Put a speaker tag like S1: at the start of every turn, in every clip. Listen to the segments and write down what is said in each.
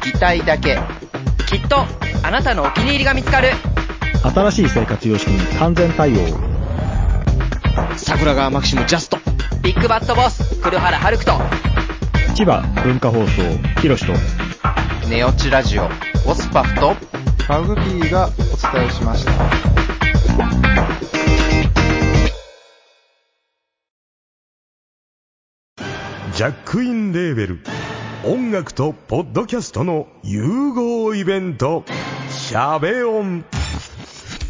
S1: 聞きたいだけ。
S2: きっとあなたのお気に入りが見つかる
S3: 新しい生活様式に完全対応。
S4: 桜川マキシムジャスト。
S2: ビッグバットボス黒原遥人
S3: 千葉文化放送、ひろしと。
S1: ネオチラジオ。オスパフと。
S5: マグキーがお伝えしました。
S6: ジャックインレーベル音楽とポッドキャストの融合イベント「シャベオン」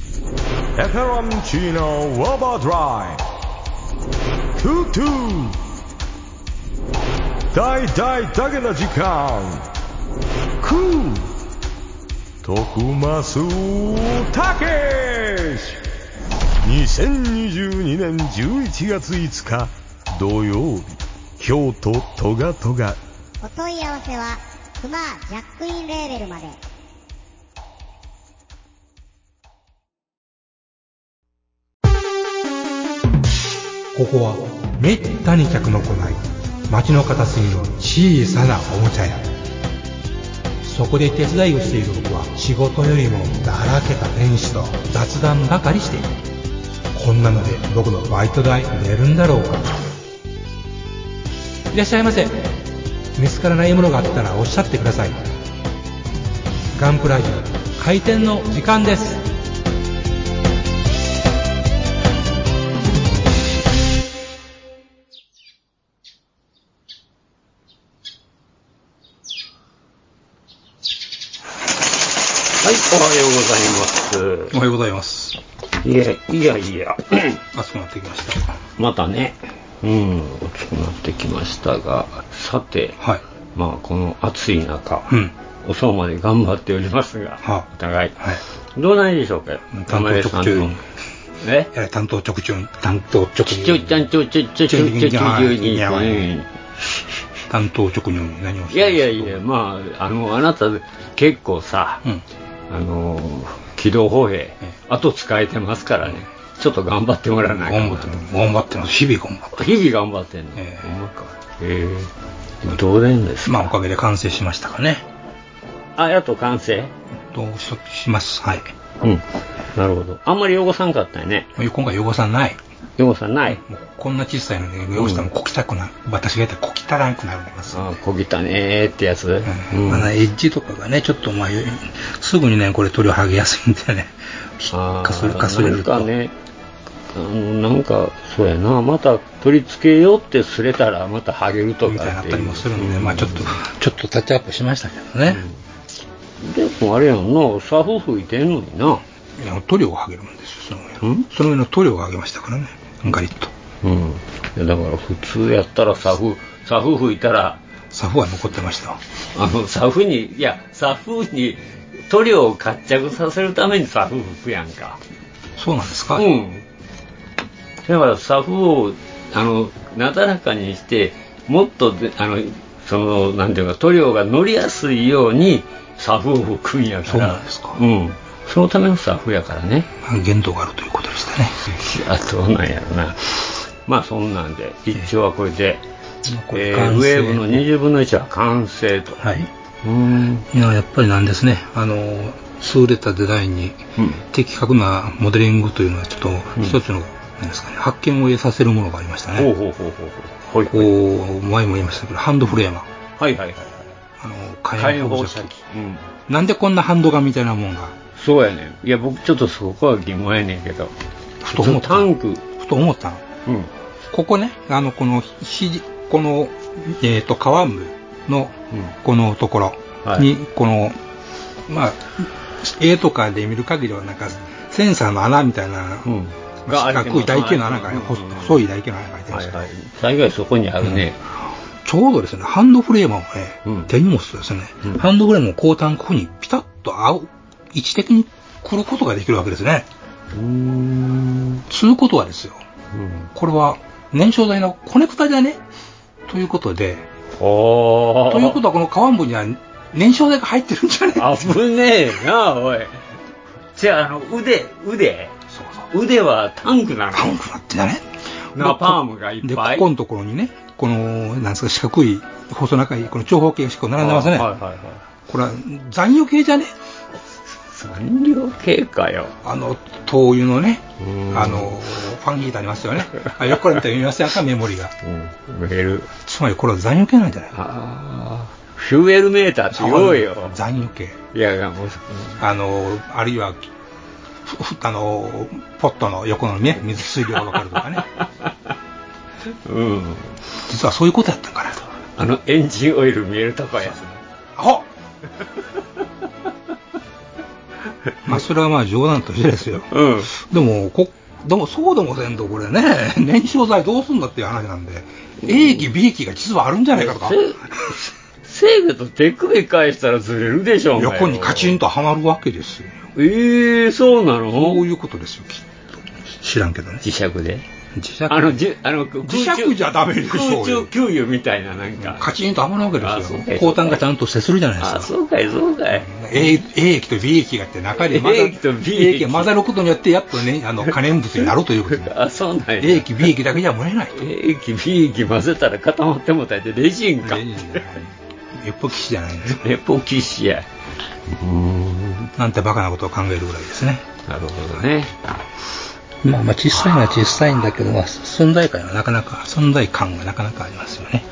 S6: 「エフェロンチーノウォーバードライ」「トゥトゥ」「大大だけな時間」「クー」「徳マスたけし」2022年11月5日土曜日京都トガトガ
S7: お問い合わせは、クマジャックインレーベルまで。
S8: ここはめったに客の来ない街の片隅の小さなおもちゃ屋そこで手伝いをしている僕は仕事よりもだらけた店主と雑談ばかりしているこんなので僕のバイト代出るんだろうかいらっしゃいませ見つからないものがあったらおっしゃってくださいガンプラジオ開店の時間です
S9: はい、おはようござい
S8: おはようございます
S9: ます。いや、いやいや、
S8: 暑くなってきました
S9: またね、うん、大きくなってきましたが、さて、
S8: はい
S9: まあ、この暑い中、
S8: うん
S9: 遅うまで頑張っておりますが、
S8: は
S9: お互い、
S8: はい
S9: どうないでしょうか
S8: うん、
S9: 玉江さ
S8: 単
S9: ん
S8: 刀直
S9: の
S8: 入。
S9: え
S8: えー担当直中担当直
S9: ちょちょちょちょちょちょちょちょちょちょちょちょちょちょ
S8: 担当直入に何をし
S9: いやいやいや、まあ、あの、あなた、結構さ、
S8: うん
S9: あの、軌道歩兵
S8: え、
S9: 後使えてますからね、ちょっと頑張ってもらわないと
S8: 頑張ってます頑張ってます日々頑張って
S9: 日々頑張ってんの。
S8: ええ
S9: ほんまか。ええ。どうでんですか、
S8: まあおかげで完成しましたかね
S9: あ、やっと完成
S8: どうししますはい
S9: うん。なるほど。あんまり汚さんかったよね。
S8: 今回汚さない
S9: 汚さない。
S8: もうこんな小さいので汚したらもうこきたくなる、私が言ったらこきたらんくなるんです、
S9: あ、こぎたねーってやつ。
S8: うんまあねエッジとかがねちょっとまあすぐにねこれ取り剥げやすいんでね
S9: あー
S8: かすれかすれると
S9: なんかね、あの、なんか、そうやな、また取り付けようってすれたら、また剥げるとかっていう
S8: みたいになったりもするんで、まあちょっと、ちょっとタッチアップしましたけどね。
S9: でもあれやんな、サフ吹いてんのにな。
S8: いや塗料を剥げるんですよ、その上
S9: ん
S8: の。その上の塗料を剥げましたからね、ガリッと。
S9: うん。いやだから普通やったらサフ、サフ吹いたら、
S8: サフは残ってました。
S9: あの、サフに、いや、サフに塗料を活着させるためにサフ吹くやんか。
S8: そうなんですか、
S9: うん。だからサフを、あの、なだらかにして、もっとで、あの、その、なんていうか、塗料が乗りやすいように、サフを吹くんや
S8: そ
S9: から。
S8: うなんですか
S9: うん。そのためのサフやからね。
S8: 限度があるということでしたね。
S9: あ、そうなんやろな。まあ、そんなんで、一応はこれで、
S8: これ
S9: えー
S8: 完
S9: ウ
S8: 成
S9: ェーブの20分の1は完成と。
S8: はい。
S9: うん。
S8: いや、やっぱりなんですね、あの、優れたデザインに
S9: うん
S8: 的確なモデリングというのは、ちょっと一つの、なんですかね、発見を得させるものがありました
S9: ほう
S8: ね。
S9: ほうほうほうほう。ほい
S8: こ
S9: ほい。
S8: う、前も言いましたけど、ハンドフレーム。
S9: はいはいはい。
S8: あの、
S9: 火
S8: 火
S9: 炎
S8: 炎
S9: 放
S8: 放
S9: 射
S8: 射
S9: 器
S8: 器。。
S9: うん。
S8: なんでこんなハンドガンみたいなもんが、
S9: そうやねん。いや、僕ちょっとそこは疑問やねんけど。
S8: ふと思った
S9: そのタンク。
S8: ふと思ったの。
S9: うん。
S8: ここね、あの、この、ひ、この、えっ、と、皮むの
S9: うん、
S8: このところ
S9: はい
S8: に、この、まあ、絵とかで見る限りは、なんか、センサーの穴みたいな、
S9: うん
S8: まあ四角い台形の穴がね、
S9: うんうんうん
S8: 細い台形の穴が開いてま
S9: はい
S8: す、
S9: はい。大概そこにあるね。
S8: ちょうどですね、ハンドフレームをね、
S9: うん
S8: 手に持つとですね、
S9: うん
S8: ハンドフレームの後端ここにピタッと合う、位置的に来ることができるわけですね。
S9: うーん。
S8: つうことはですよ、
S9: うん
S8: これは燃焼剤のコネクタじゃねということで、
S9: おー。
S8: ということはこの皮部には燃焼剤が入ってるんじゃね
S9: 危ねえな、おい。じゃあ、あの、腕、腕。
S8: そうそう。
S9: 腕はタンクなの
S8: パンクなってだね。
S9: ナパームがいっぱ
S8: で、
S9: い
S8: ここのところにね、この、なんですか、四角い、細長い、この長方形がしっかり並んでますね。
S9: はいはいはい。
S8: これは残余計じゃね
S9: 残量経過よ。
S8: あの、灯油のね
S9: う、ん
S8: あの、ファンヒーターありますよね。あ、よくこれ見たら読みますやんか、メモリが。
S9: うん。メール。
S8: つまりこれは残余計なんじゃない
S9: ああ。フューエルメーターって言おうよ。
S8: 残余計。
S9: いやいや、もう、
S8: あの、あるいは、ふふあの、ポットの横のね、水水量がわかるとか ね。
S9: うん。
S8: 実はそういうことやったんかなと。
S9: あの、エンジンオイル見えるとこや。
S8: ア ホまあ、それはまあ冗談としてですよ。
S9: うん。
S8: でも、こ、でも、そうでもせんと、これね、 燃焼剤どうすんだっていう話なんで、A 機、B 機が実はあるんじゃないかとか、
S9: 制御と手首返したらずれるでしょうがよ
S8: 横にカチンとはまるわけですよ。
S9: ええそうなの
S8: そういうことですよ、きっと。知らんけどね。
S9: 磁石で
S8: 磁石
S9: あの、じゅあの空中
S8: 磁石じゃダメでしょうよ
S9: 空中給油みたいな、なんか。
S8: カチンとはまるわけ
S9: あ
S8: です
S9: そう
S8: よ
S9: かい。
S8: 後端がちゃんと接するじゃないです
S9: あ、
S8: か。
S9: そうかい、そうかい。
S8: A, A 機と B 機があって中で
S9: A 機と B 機
S8: A が混ざることによってやっとねあの可燃物になるということ で
S9: あ、そうなんや。
S8: A 機 B 機だけじゃ燃えないと
S9: A 機、B 機混ぜたら固まってもたいて、レジンか。
S8: エポキシじゃないんです
S9: レポキシや。
S8: なんてバカなことを考えるぐらいですね
S9: なるほどね。
S8: まあまあ小さいのは小さいんだけど、まあ、存在感がなかなか存在感がなかなかありますよね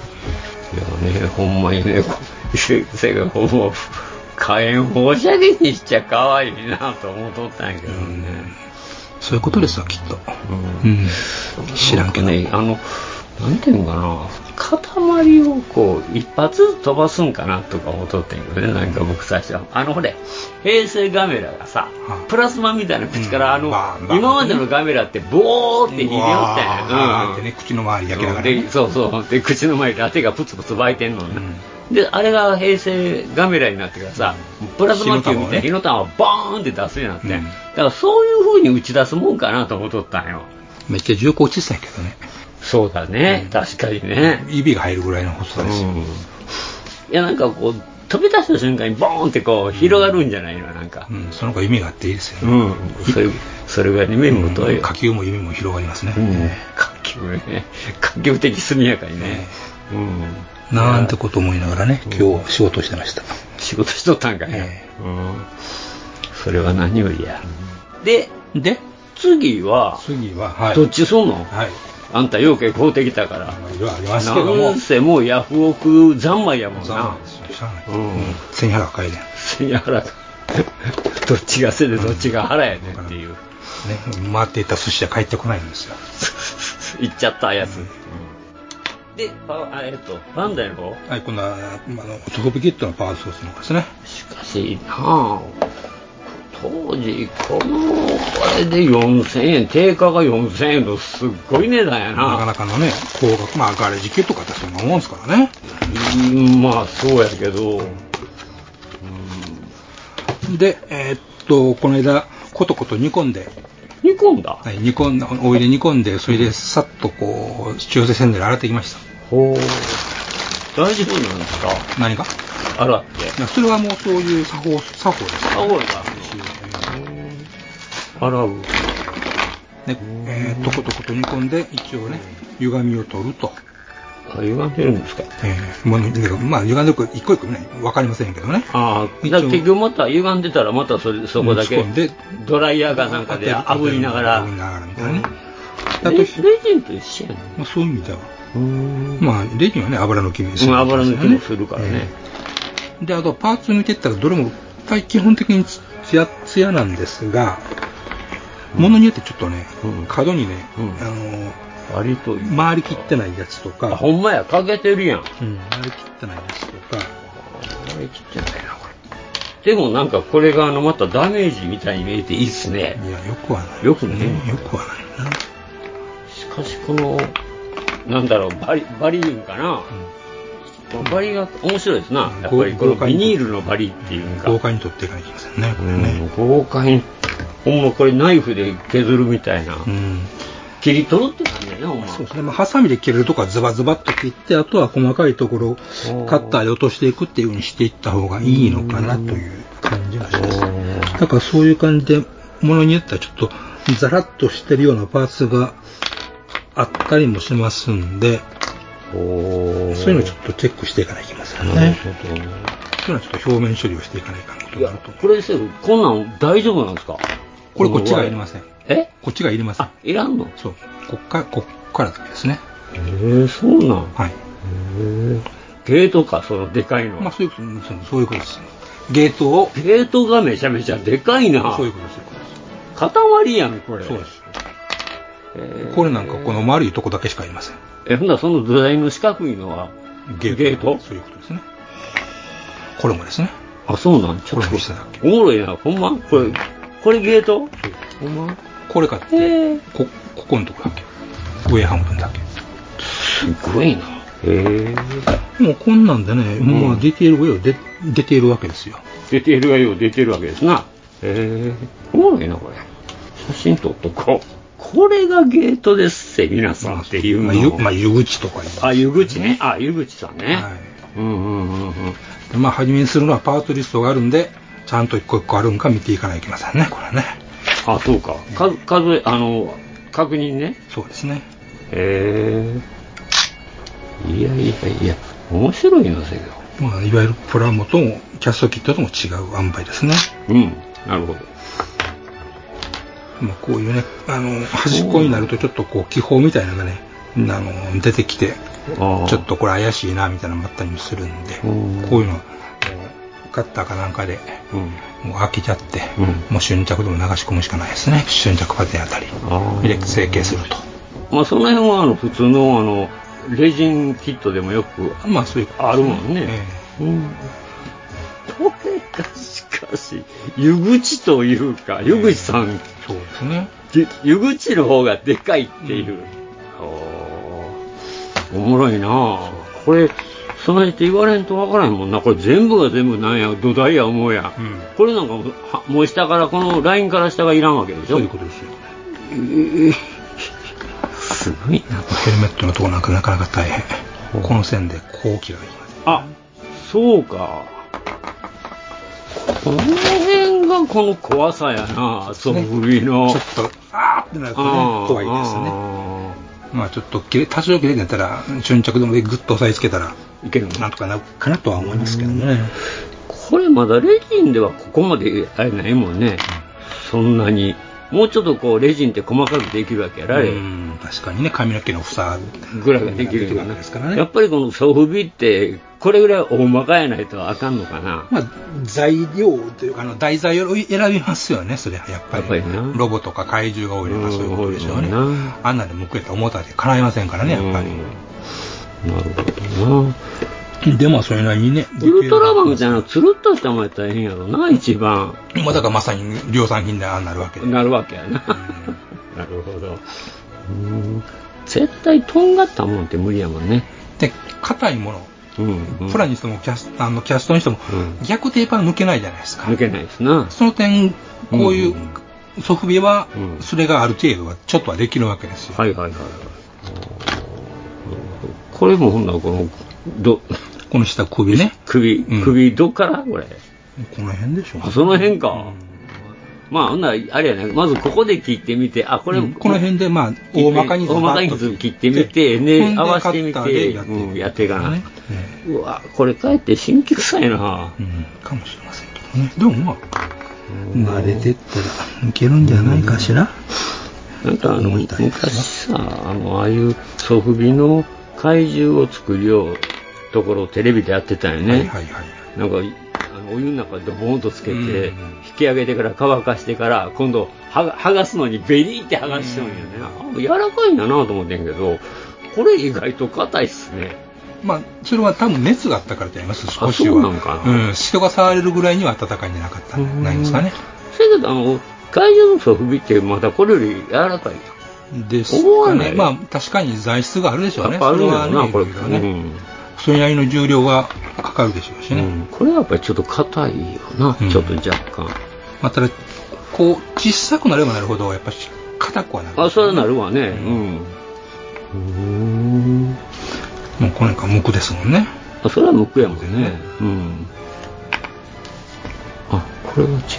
S9: いやね、ほんまにね、こせせがほぼ、火炎放射源にしちゃ可愛いなと思っとったんやけどね。
S8: そういうことですわきっと
S9: う
S8: うんん知らんけど
S9: ね、あの、なんていうんかな、塊をこう、一発ずつ飛ばすんかなとか思っとってんけどね、なんか僕最初は。あの、ほれ、平成ガメラがさ
S8: は、い
S9: プラスマンみたいな口から、あ
S8: うんバー
S9: の
S8: ンバー、ン
S9: 今までのガメラって、ボーってひねおったんや。
S8: うわーって
S9: うん
S8: ね口の周り焼けながら
S9: でそうそうで口の前で手がプツプツ湧いてんの、であれが平成ガメラになってからさプラズマ球みたいな
S8: 火
S9: 火の玉をバーンって出すようになって、
S8: うん
S9: だからそういう風に打ち出すもんかなと思っとったんよ
S8: めっちゃ重厚小さいけどね
S9: そうだね、確かにね、
S8: 指が入るぐらいの細さ
S9: うん
S8: ですよ、
S9: いやなんかこう飛び出した瞬間にボーンってこう広がるんじゃないのなんか
S8: うんその方が夢があっていいですよ
S9: う
S8: ね、
S9: ん、それそれぐらいに目も遠いよ、
S8: 下級も夢も広がりますね、
S9: うん、活気もね活気も的速やかにね、うん
S8: なんてこと思いながらね、今日仕事をしてました。
S9: 仕事しとったんかい、
S8: え
S9: うんそれは何よりや、で
S8: で、
S9: 次は、
S8: 次は、はい。
S9: どっちそうの、
S8: はい。
S9: あんたようけ買うてきたから、
S8: いろいろありますけど
S9: な
S8: も
S9: ん、せもうヤフオク三昧やもん
S8: 残
S9: な
S8: 念ですよしゃあない
S9: うん
S8: 背に腹かいで。ね、
S9: せやら どっちが背でどっちが腹やねんっていう、
S8: 回っていた寿司は帰ってこないんですよ。
S9: 言っちゃったやつ、でパあえっとバンダイの方
S8: はい、今度は、あの、トコピキットのパワーソースの方ですね。
S9: しかしなあ当時このこれで4000円定価が4000円のすっごい値段や
S8: なか
S9: な
S8: なかのね、高額、まあ、ガレージ級とかってそんなもんですからね。
S9: うんまあそうやけど
S8: で、えーっと、この間、コトコト煮込んで、
S9: 煮込んだ、
S8: はい、煮込んだ、お湯で煮込んで、それでさっとこう、中性洗剤で洗ってきました。
S9: ほう大丈夫なんですか
S8: 何か
S9: 洗って
S8: いやそれはもうそういう作法、作法です。
S9: あおいだ洗う
S8: ね、えー、とことこと煮込んで、一応ね、歪みを取ると。
S9: あ歪んでるんですか
S8: えー、もうまあ、歪んでるか一個一個ね、わかりませんけどね。
S9: ああだから結局また歪んでたらまたそれそこだけ
S8: うん仕込んで
S9: ドライヤーかなんかで炙りながら
S8: 炙りながらみたいなね。だ
S9: レレ
S8: と
S9: ジンと一緒やね
S8: まあ、そういう意味では。
S9: うん
S8: まあ、レジンはね、油の気味です
S9: う
S8: よ
S9: ん
S8: ね
S9: 油抜きもするからね。
S8: えーで、あと、パーツ抜いていったら、どれも、基本的にツツヤツヤなんですが、ものによってちょっとね、
S9: うん
S8: 角にね、
S9: うん
S8: あの
S9: 割といい
S8: ー、回りきってないやつと
S9: あ
S8: か、
S9: ほんまや、かけてるやん。
S8: うん、回りきってないやつとか、
S9: でもなんかこれがあのまたダメージみたいに見えていいっすね。
S8: いや、よくはない。
S9: よくね
S8: うんよくはないな。
S9: しかしこの、なんだろう、バリ、バリウムかな、バリが面白いですな、やっぱりこのビニールのバリっていうか、
S8: 豪快に取っていかないといけませんね、これ
S9: うん
S8: ね。
S9: 豪快に、ほんまこれナイフで削るみたいな、
S8: うん
S9: 切り取るって感じだね、ほんま。
S8: そうですね。まあ、ハサミで切れるとこはズバズバっと切って、あとは細かいところ、カッターで落としていくっていう風にしていった方がいいのかなという感じがします。だからそういう感じで、ものによってはちょっとザラッとしてるようなパーツがあったりもしますんで、
S9: おー
S8: そういうのをちょっとチェックしていかないといけません
S9: なる
S8: ね。
S9: ほどね
S8: そういうのはちょっと表面処理をしていかないかんこと
S9: い
S8: に
S9: や
S8: なると思う。、
S9: これですよ、こんなん大丈夫なんですか
S8: これこっちがいりません。
S9: え
S8: こっちがいりません
S9: あ。、いらんのへ
S8: そう。こっから、こっからだけですね。
S9: え、そうなん。
S8: はい。
S9: ゲートか、そのでかいの。
S8: まあそういうことですね。そういうことですね。ゲートを、
S9: ゲートがめちゃめちゃでかいな
S8: そう。いうことですよ。
S9: 塊やん、これ。
S8: そうです。
S9: えー
S8: これなんかこの丸いとこだけしかありません。
S9: え、ほんならその土台の四角いのは、ゲート
S8: そういうことですね。これもですね。
S9: あ、そうなんちょっ
S8: これ見せただ
S9: と、おもろいな。ほんまこれ、これゲートほんま
S8: これ買って、
S9: えー、
S8: こ、ここのとこだけ。上半分だけ。
S9: すごいな。え
S8: もうこんなんでね、もうまあディテール上を出出ているわけですよ。
S9: 出てるがよう出てるわけですな。えー、おもろいな、これ。写真撮っとこう。これがゲートですせ、皆さんっていう
S8: ま
S9: の
S8: あ、ゆまあ、湯口とか言います
S9: あ、湯口ね。あ、湯口さんね。
S8: はい
S9: うんうんうんうん。
S8: でまあ、初めにするのはパートリストがあるんで、ちゃんと一個一個あるんか見ていかないといけませんね、これはね。
S9: あ、そうか。か数え、あの、確認ね。
S8: そうですね。
S9: へえ。いやいやいや、面白いのせよ。
S8: まあ、いわゆるプラモとも、キャストキットとも違う塩梅ですね。
S9: うん、なるほど。
S8: まあ、こういうね、あの、端っこになるとちょっとこう、気泡みたいなのがね、あの、出てきて、
S9: あー
S8: ちょっとこれ怪しいな、みたいなのもあったりもするんで、
S9: うん
S8: こういうの、もうカッターかなんかで、
S9: うん。
S8: もう開けちゃって、
S9: うん
S8: もう瞬着でも流し込むしかないですね。瞬着パテンあたり
S9: あー
S8: で成形すると。
S9: まあ、その辺は、あの、普通の、あの、レジンキットでもよく
S8: まあ、そういうこと
S9: あるもんね。
S8: え
S9: うん。これが、しかし、湯口というか、湯口さん、
S8: えそうですね。
S9: で湯口の方がでかいっていう。おーおもろいなあこれ、そないって言われんとわからへんもんな。これ全部が全部なんや、土台や思うや。
S8: うん
S9: これなんかもうはもう下から、このラインから下がいらんわけでし
S8: そ
S9: ょ。
S8: ういうことですよ。
S9: すごいな。
S8: ヘルメットのとこなんかなかなか大変。この線でこう切られます。
S9: あ、そうか。この辺がこの怖さやな、遊びの。
S8: ちょっと、あーってなるとね、怖いですね。
S9: ね。
S8: まあちょっと切れ、多少切れてたら、瞬着でもグッと押さえつけたら、
S9: いけるの
S8: なんとかなるかなとは思いますけどね。
S9: これまだレジンではここまであれないもんね、そんなにもうちょっとこうレジンって細かくできるわけやらあれ、
S8: うん、確かにね、髪の毛の房
S9: ぐらいができるよ
S8: が
S9: な
S8: ですからね。
S9: やっぱりこのソフビってこれぐらい大まかやないとあかんのかな、
S8: まあ、材料というか、あの、題材を選びますよね、それはやっぱり。
S9: やっぱりな
S8: ロボとか怪獣が多いの
S9: う
S8: か
S9: ん
S8: そういうことでしょうね
S9: 多いもんな。
S8: あんなでむくれた重たで叶いませんからね、やっぱ
S9: うんなるほどな
S8: り。でも、それなりにね。
S9: ウルトラマンみたいなつるっとしたもんやったらええんやろな一番
S8: まあ、だからまさに量産品でああなるわけで。
S9: なるわけやななるほどうん絶対とんがったもんって無理やもんね
S8: で、硬いもの。
S9: うん、うん
S8: プラにしてもキャスあのキャストにしても、
S9: うん
S8: 逆テープは抜けないじゃないですか
S9: 抜けないですな
S8: その点こういう
S9: うん
S8: ソフビは、
S9: うん
S8: それがある程度はちょっとはできるわけですよ、
S9: はいはいはいはい。これもほんならこの、ど、
S8: この下首ね
S9: 首
S8: うん、
S9: 首どっからこれ。
S8: この辺でしょ
S9: あ、その辺か。まあほんなら、あれやね、まずここで切ってみて、あ、こ
S8: こ
S9: れ、
S8: この辺でまあ大まかに
S9: 大まかにず切ってみて、ね、合わせてみて、うん、やっていか
S8: な
S9: な。
S8: ねえ
S9: うわ、これかえって新旧臭いな
S8: えう。ん、かもしれませんけどねでもまあ慣れてったらいけるんじゃないかしら、
S9: なんかあの、
S8: 思いたいな
S9: 昔さ、あの、ああいうソフビの怪獣を作るようところをテレビでやってたよね。
S8: はいはいはい
S9: なんかあのお湯の中でボーンとつけて、
S8: うんうん
S9: 引き上げてから乾かしてから今度はが剥がすのにベリーって剥がしちゃうんよね、あ柔らかいんやなと思ってんけどこれ意外と硬いっすね
S8: まあ、それは多分熱があったからじゃないます、少しは。
S9: そうなんかな
S8: うん、人が触れるぐらいには暖かいんじゃなかったんじゃないですかね。
S9: せやけどあの怪獣のソフビってまだこれより柔らかい
S8: です
S9: 思わ
S8: か
S9: な
S8: ね。
S9: い
S8: まあ、確かに材質があるでしょう
S9: や
S8: ね。
S9: っぱあるんや
S8: それは
S9: ろな
S8: ね
S9: これ
S8: いろいろね
S9: うん
S8: それなりの重量がかかるでしょうしね。
S9: うんこれはやっぱりちょっと硬いよな、
S8: うん
S9: ちょっと若干。
S8: まあ、ただ、こう、小さくなればなるほど、やっぱり硬くはなる。
S9: あ、それはなるわね。うん。うん
S8: もうこれなんか無垢ですもんね。
S9: あそれは向くやもんね。うん。あ、これは違うのか。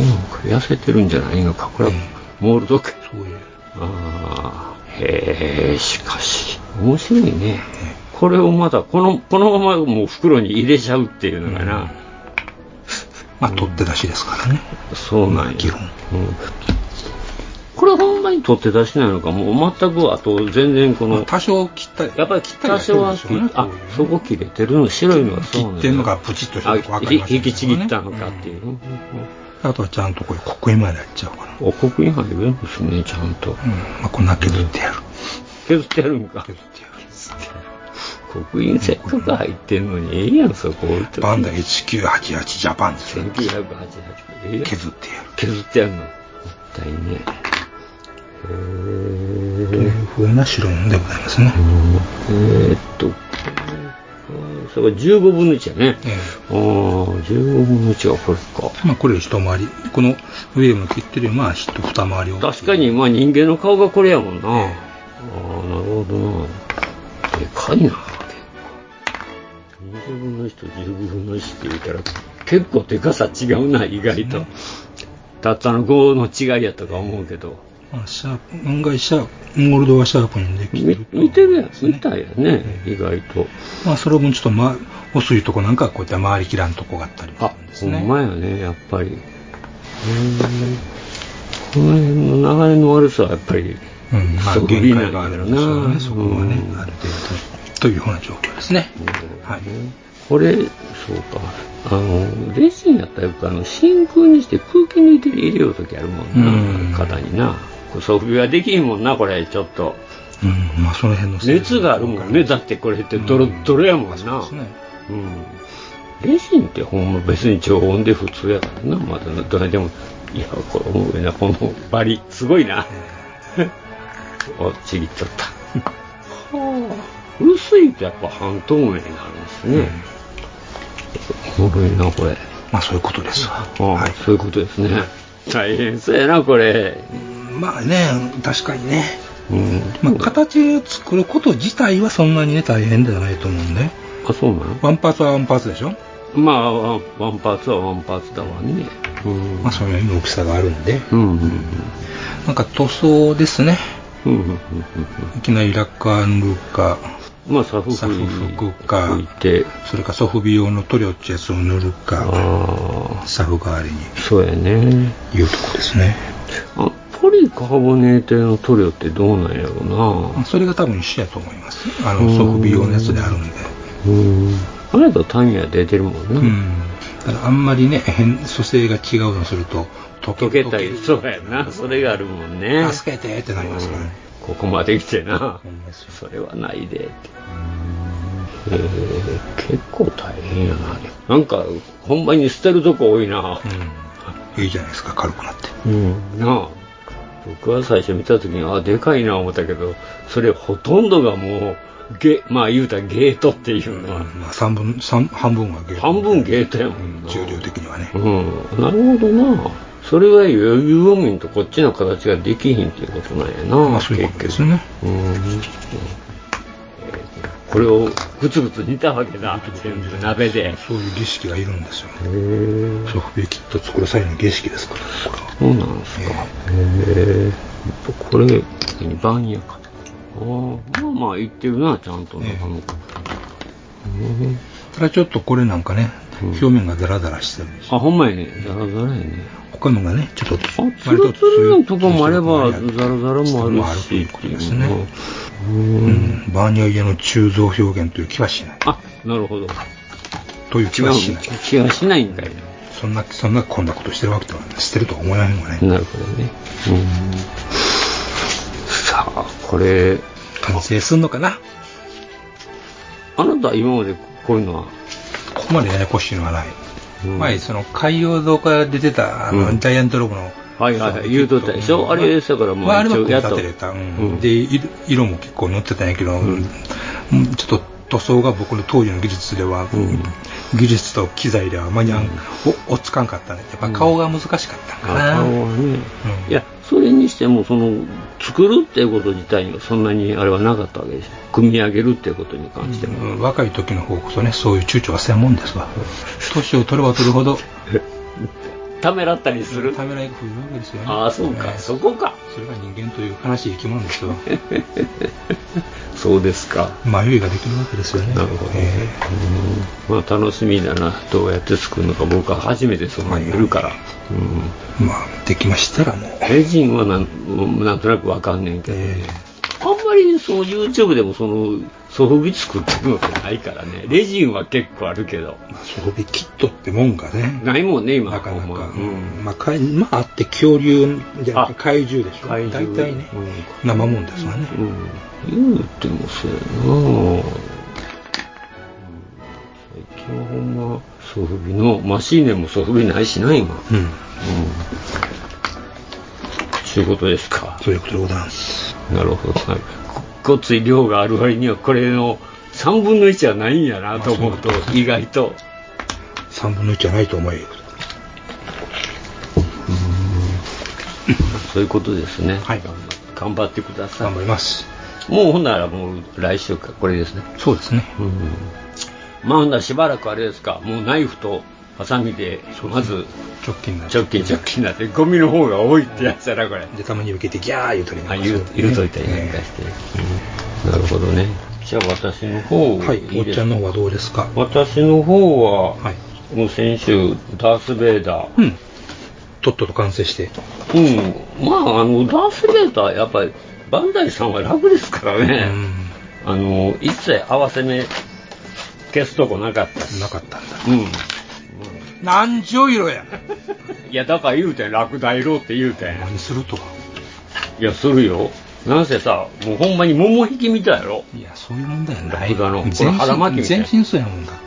S9: 痩せてるんじゃないのか。これは
S8: うん
S9: モールドか。
S8: そういう。
S9: ああ、へえ、しかし、面白いね。これをまだ、この、このままもう袋に入れちゃうっていうのがな。
S8: まあ、取って出しですからね。
S9: そうなんや。
S8: 基本
S9: うんこれはほんまに取って出しないのか。もう全く、あと全然こ
S8: まあ
S9: の、
S8: 多少切ったり。
S9: やっぱり切った人は
S8: 切ったりはする
S9: あ
S8: んでしょ
S9: そう
S8: ね
S9: こ切れてるの白いのはそうな
S8: 切っ
S9: んだ
S8: てんのかプチッとしてるのか
S9: あ
S8: 分かりませんけどね
S9: 引きちぎったのかっていう、
S8: あとはちゃんとこれ、刻印までやっちゃうかな。
S9: お刻印入るんですねちゃんと、
S8: うん。まあ、こんな削ってやる。
S9: 削ってやるんか
S8: 削ってやる。
S9: 刻印せっかく入ってんのにええやんそこ置いと
S8: バンダ1988ジャパンですね。
S9: 1988ええやん
S8: 削ってやる。
S9: 削ってやるのもったいねえ
S8: というふうな代物でございますね。
S9: えーっと、それが15分の1やね。
S8: え
S9: ああ、15分の1はこれか。
S8: まあ、これ一回り。このウェーブの切ってるよりまあ、一二回りを。
S9: 確かに、まあ人間の顔がこれやもんな。ああ、なるほどな。でかいな、結構。20分の1と15分の1って言うから、結構でかさ違うな、意外と。たったの5の違いやったか思うけど。
S8: まあ、シャープ、案外シャープ、モールドがシャープにできて
S9: み
S8: ると。
S9: 見てるやつ、見たやね、意外と。
S8: まあ、その分ちょっと、ま、細いとこなんかはこういった回りきらんとこがあったりもす
S9: あ
S8: るんで、す
S9: ほ
S8: ね。
S9: んまやね、やっぱり。うーんこの辺の流れの悪さはやっぱり、
S8: うん、まあ、
S9: そう
S8: 限界があるんでしょう
S9: う
S8: ね。
S9: ん
S8: そこはね
S9: う、ん
S8: ある程度。というような状況ですね。はい。
S9: これ、そうか、あの、レジンやったらよくあの、真空にして空気抜いて入れようときあるもん
S8: うん
S9: な、型にな。これ送風ができひんもんな、これ、ちょっと。
S8: うん、まあ、その辺の成分
S9: 熱があるもんね、だってこれってドロッドロやもん
S8: そう
S9: な
S8: で。すね。
S9: うんレジンってほんま別に常温で普通やからな、まだな、どれでも、いや、これおもろいな、このバリ、すごいな。お、ちぎっとった。 はあ、薄いとやっぱ半透明になるんですね。おもろいな、これ。
S8: まあ、そういうことですわ。
S9: は、
S8: はいい。
S9: そういうことですね。大変そうやな、これ。
S8: まあね、確かにね。
S9: うん。
S8: まあ、形を作ること自体はそんなにね、大変ではないと思うんで。
S9: あ、そうなの
S8: ワンパーツはワンパーツでしょ
S9: まあ、ワンワンパーツはワンパーツだわね。うん。
S8: まあ、それなりの大きさがあるんで。
S9: うん。うん。
S8: なんか塗装ですね。
S9: うん。うん。うん。うん
S8: いきなりラッカー塗るか、
S9: まあ、サフ
S8: サフ
S9: 服
S8: 服か
S9: いて、
S8: それかソフビ用の塗料ってやつを塗る
S9: あ
S8: か、
S9: あ、
S8: サフ代わりに
S9: そうやね。
S8: いうとこですね。
S9: あポリカーボネーテの塗料ってどうなんやろう
S8: まあ
S9: な。
S8: それが多分一緒やと思います。あ
S9: う
S8: の、
S9: ん
S8: ソフビ用のやつであるんで。
S9: うん。あれだと単位は出てるもんな。
S8: うん。ただあんまりね、変、蘇生が違うのすると、
S9: 溶
S8: 溶
S9: けたり、そう
S8: う
S9: やな。それがあるもんね。
S8: 助けてってなりますからね。
S9: ここまで来てな
S8: ほんまです。よ
S9: それはないでって。えー、結構大変やな。なんか、ほんまに捨てるとこ多いな。
S8: うん。いいじゃないですか、軽くなって。
S9: うん、なあ僕は最初見た時にあでかいな思ったけどそれほとんどがもうゲまあ言うたらゲートっていうのは、
S8: まあ、三分、三、半分はゲーム
S9: 半分ゲートやもんな、
S8: 重量的にはね。
S9: うんなるほどなそれは余裕を見んとこっちの形ができひんっていうことなんやな、
S8: まあ、そういうことですね。
S9: うん、えーこれをぐつぐつ煮たわけだ全部鍋で
S8: そういう儀式がいるんですよ。
S9: へー
S8: ソフビキット作る際の儀式ですから、これは。
S9: そうなんですか。へえ。これ、2番やか。ああ、まあまあ、言ってるな、ちゃんとね
S8: え。えただちょっとこれなんかね、
S9: うん
S8: 表面がザラザラしてるんですよ
S9: あ、ほんまやね。ザラザラやね。
S8: 他のがね、ちょっと
S9: あ、ツルツルのとこもあれば、ザ
S8: ツ
S9: ラ
S8: ルツル
S9: ザラも
S8: も
S9: あ
S8: あ
S9: る
S8: ると
S9: し、
S8: い
S9: っ
S8: うこ
S9: て
S8: と
S9: いう
S8: ですね
S9: のは
S8: うんバーニャ家の鋳造表現という気はしない。
S9: あ、なるほど。
S8: という気
S9: 違う
S8: は
S9: の
S8: しない。
S9: 気がしないんかい。
S8: そんな、そんなこんなことしてるわけとは、してるとは思えまへんわね。
S9: なるほどね。うん。さあ、これ、
S8: 完成すんのかな
S9: あなたは今までこういうのは、
S8: ここまでややこしいのはない。
S9: うん
S8: 前、その海洋堂から出てた、あの、
S9: うん
S8: ダイアントロブの、
S9: はいはいはい言うとったでしょ
S8: うん
S9: あれだからもう
S8: まあ、あれは
S9: 一応
S8: 組み
S9: やっと
S8: 立てれた、うん
S9: うん
S8: で色色も結構塗ってたんやけど、
S9: ん
S8: うんちょっと塗装が僕の当時の技術では、
S9: ん
S8: 技術と機材では間に合う、おおっつかんかったねやっぱ顔が難しかったんかな、
S9: 顔はね、
S8: うん
S9: いやそれにしてもその作るっていうこと自体にはそんなにあれはなかったわけです組み上げるっていうことに関しても、
S8: うん若い時の方こそねそういう躊躇はせんもんですわ年を取れば取るほど
S9: ためらったりす
S8: 食
S9: る、
S8: べないこと言うわけですよね
S9: ああそうか、
S8: ね
S9: そこか
S8: それが人間という悲しい生き物です わ
S9: そうですか
S8: 迷いができるわけですよね
S9: なるほど、
S8: え
S9: うんまあ楽しみだなどうやって作るのか僕は初めてそんなにやるから、う
S8: え
S9: ん
S8: まあできましたらね
S9: 名人はなんなんとなくわかんねんけど、
S8: え
S9: あんまりその YouTube でもそのソフビ作ってるのってないからねレジンは結構あるけど
S8: えそれでキットってもんがね
S9: ないもんね今
S8: なかな
S9: ほんま
S8: か、
S9: うん
S8: まあ、かいまああって恐竜じゃなくて
S9: あ
S8: 怪獣でしょ
S9: 怪獣
S8: 大体ね、
S9: うん
S8: 生もんですわね、
S9: うん、言うてもそうやな、うん最近はほんまソフビのマシーネもソフビないしな今
S8: うん
S9: ちゅうことですか
S8: そういうことでございます
S9: なるほどなごごっつい量がある割にはこれの3分の1はないんやなと思うと意外と
S8: 3分の1じゃないと思える
S9: そういうことですね
S8: はい
S9: 頑張ってください
S8: 頑張ります
S9: もうほんならもう来週かこれですね
S8: そうですね
S9: まあほんならしばらくあれですかもうナイフとハサミでまず
S8: 直近な
S9: 直近直近になってゴミの方が多いってやつやなこれ
S8: でたまに受けてギャー言うとり
S9: あ言う言うといたりなんかして、うんなるほどねじゃあ私の方
S8: はい
S9: いい
S8: おっ
S9: です
S8: ちゃんの方はどうですか
S9: 私の方は、
S8: はい
S9: もう先週ダース・ベイダー
S8: うんとっとと完成して
S9: うん、まああのダース・ベイダーやっぱりバンダイさんは楽ですからね、あの一切合わせ目消すとこなかったし
S8: なかったんだ
S9: うん
S8: 何十色や
S9: いやだから言うてん落第色って言うてん
S8: 何すると
S9: いやするよなんせさもうほんまに桃引きみたいやろ
S8: いやそういう問題はない
S9: ラクダの
S8: 全
S9: これ腹巻き
S8: 身
S9: みたい
S8: 全
S9: な
S8: 身素やもんだって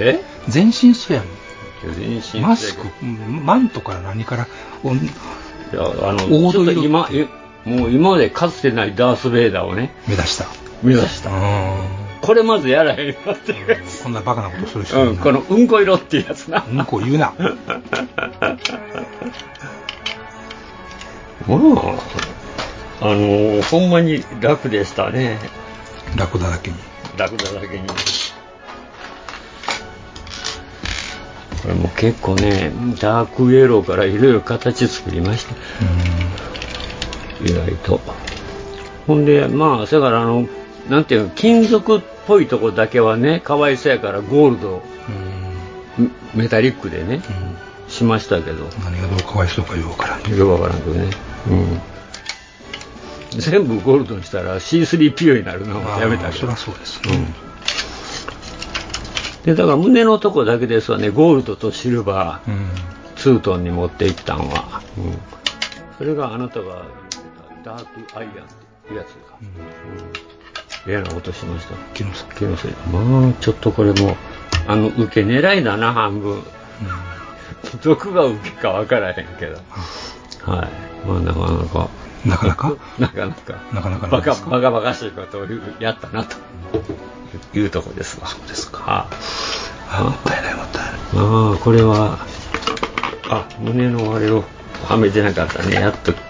S9: え
S8: 全身素やもん
S9: 全身
S8: マスク、うんマントから何から、お
S9: いやあのちょ
S8: 黄
S9: っと
S8: 土色
S9: 今えもう今までかつてないダース・ベイダーをね
S8: 目指した。
S9: 目指した
S8: うん
S9: これまずやらへんなっていうやつ
S8: こんなバカなことする人
S9: うん、このうんこ色っていうやつ な。
S8: うんこ言うな。
S9: まあ、あのほんまに楽でしたね。
S8: ラクダだけに。
S9: 楽だだけに。これも結構ね、ダークイエローからいろいろ形作りました。意外と。ほんで、まあ、せやからあの、なんていうの、金属っぽいとこだけはね、かわいそうやからゴールド、
S8: うんうん
S9: メタリックでね、しましたけど。
S8: 何がどうかわいそうか言おうからね。
S9: よくわからんけどね、うん、全部ゴールドにしたら C3PO になるのはやめた
S8: あー
S9: け
S8: そり
S9: ど
S8: ゃそうですね。
S9: でだから胸のとこだけですわねゴールドとシルバー、
S8: うん
S9: ツートンに持っていったんは、うんそれがあなたがダークアイアンっていうやつか、うん嫌な音しました
S8: 気のせい
S9: 気のせいまあちょっとこれもあの受け狙いだな半分 どこが受けかわからへんけどはいまあなかなか
S8: なかなか
S9: なかなか、
S8: なかなかな
S9: バ
S8: んで
S9: カ
S8: すか
S9: バカバカしいことを言うやったなというとこですわ。そうですか。あ、もったいないもったいない。ああ、これは、あ、胸のあれをはめてなかったね。やっと。こ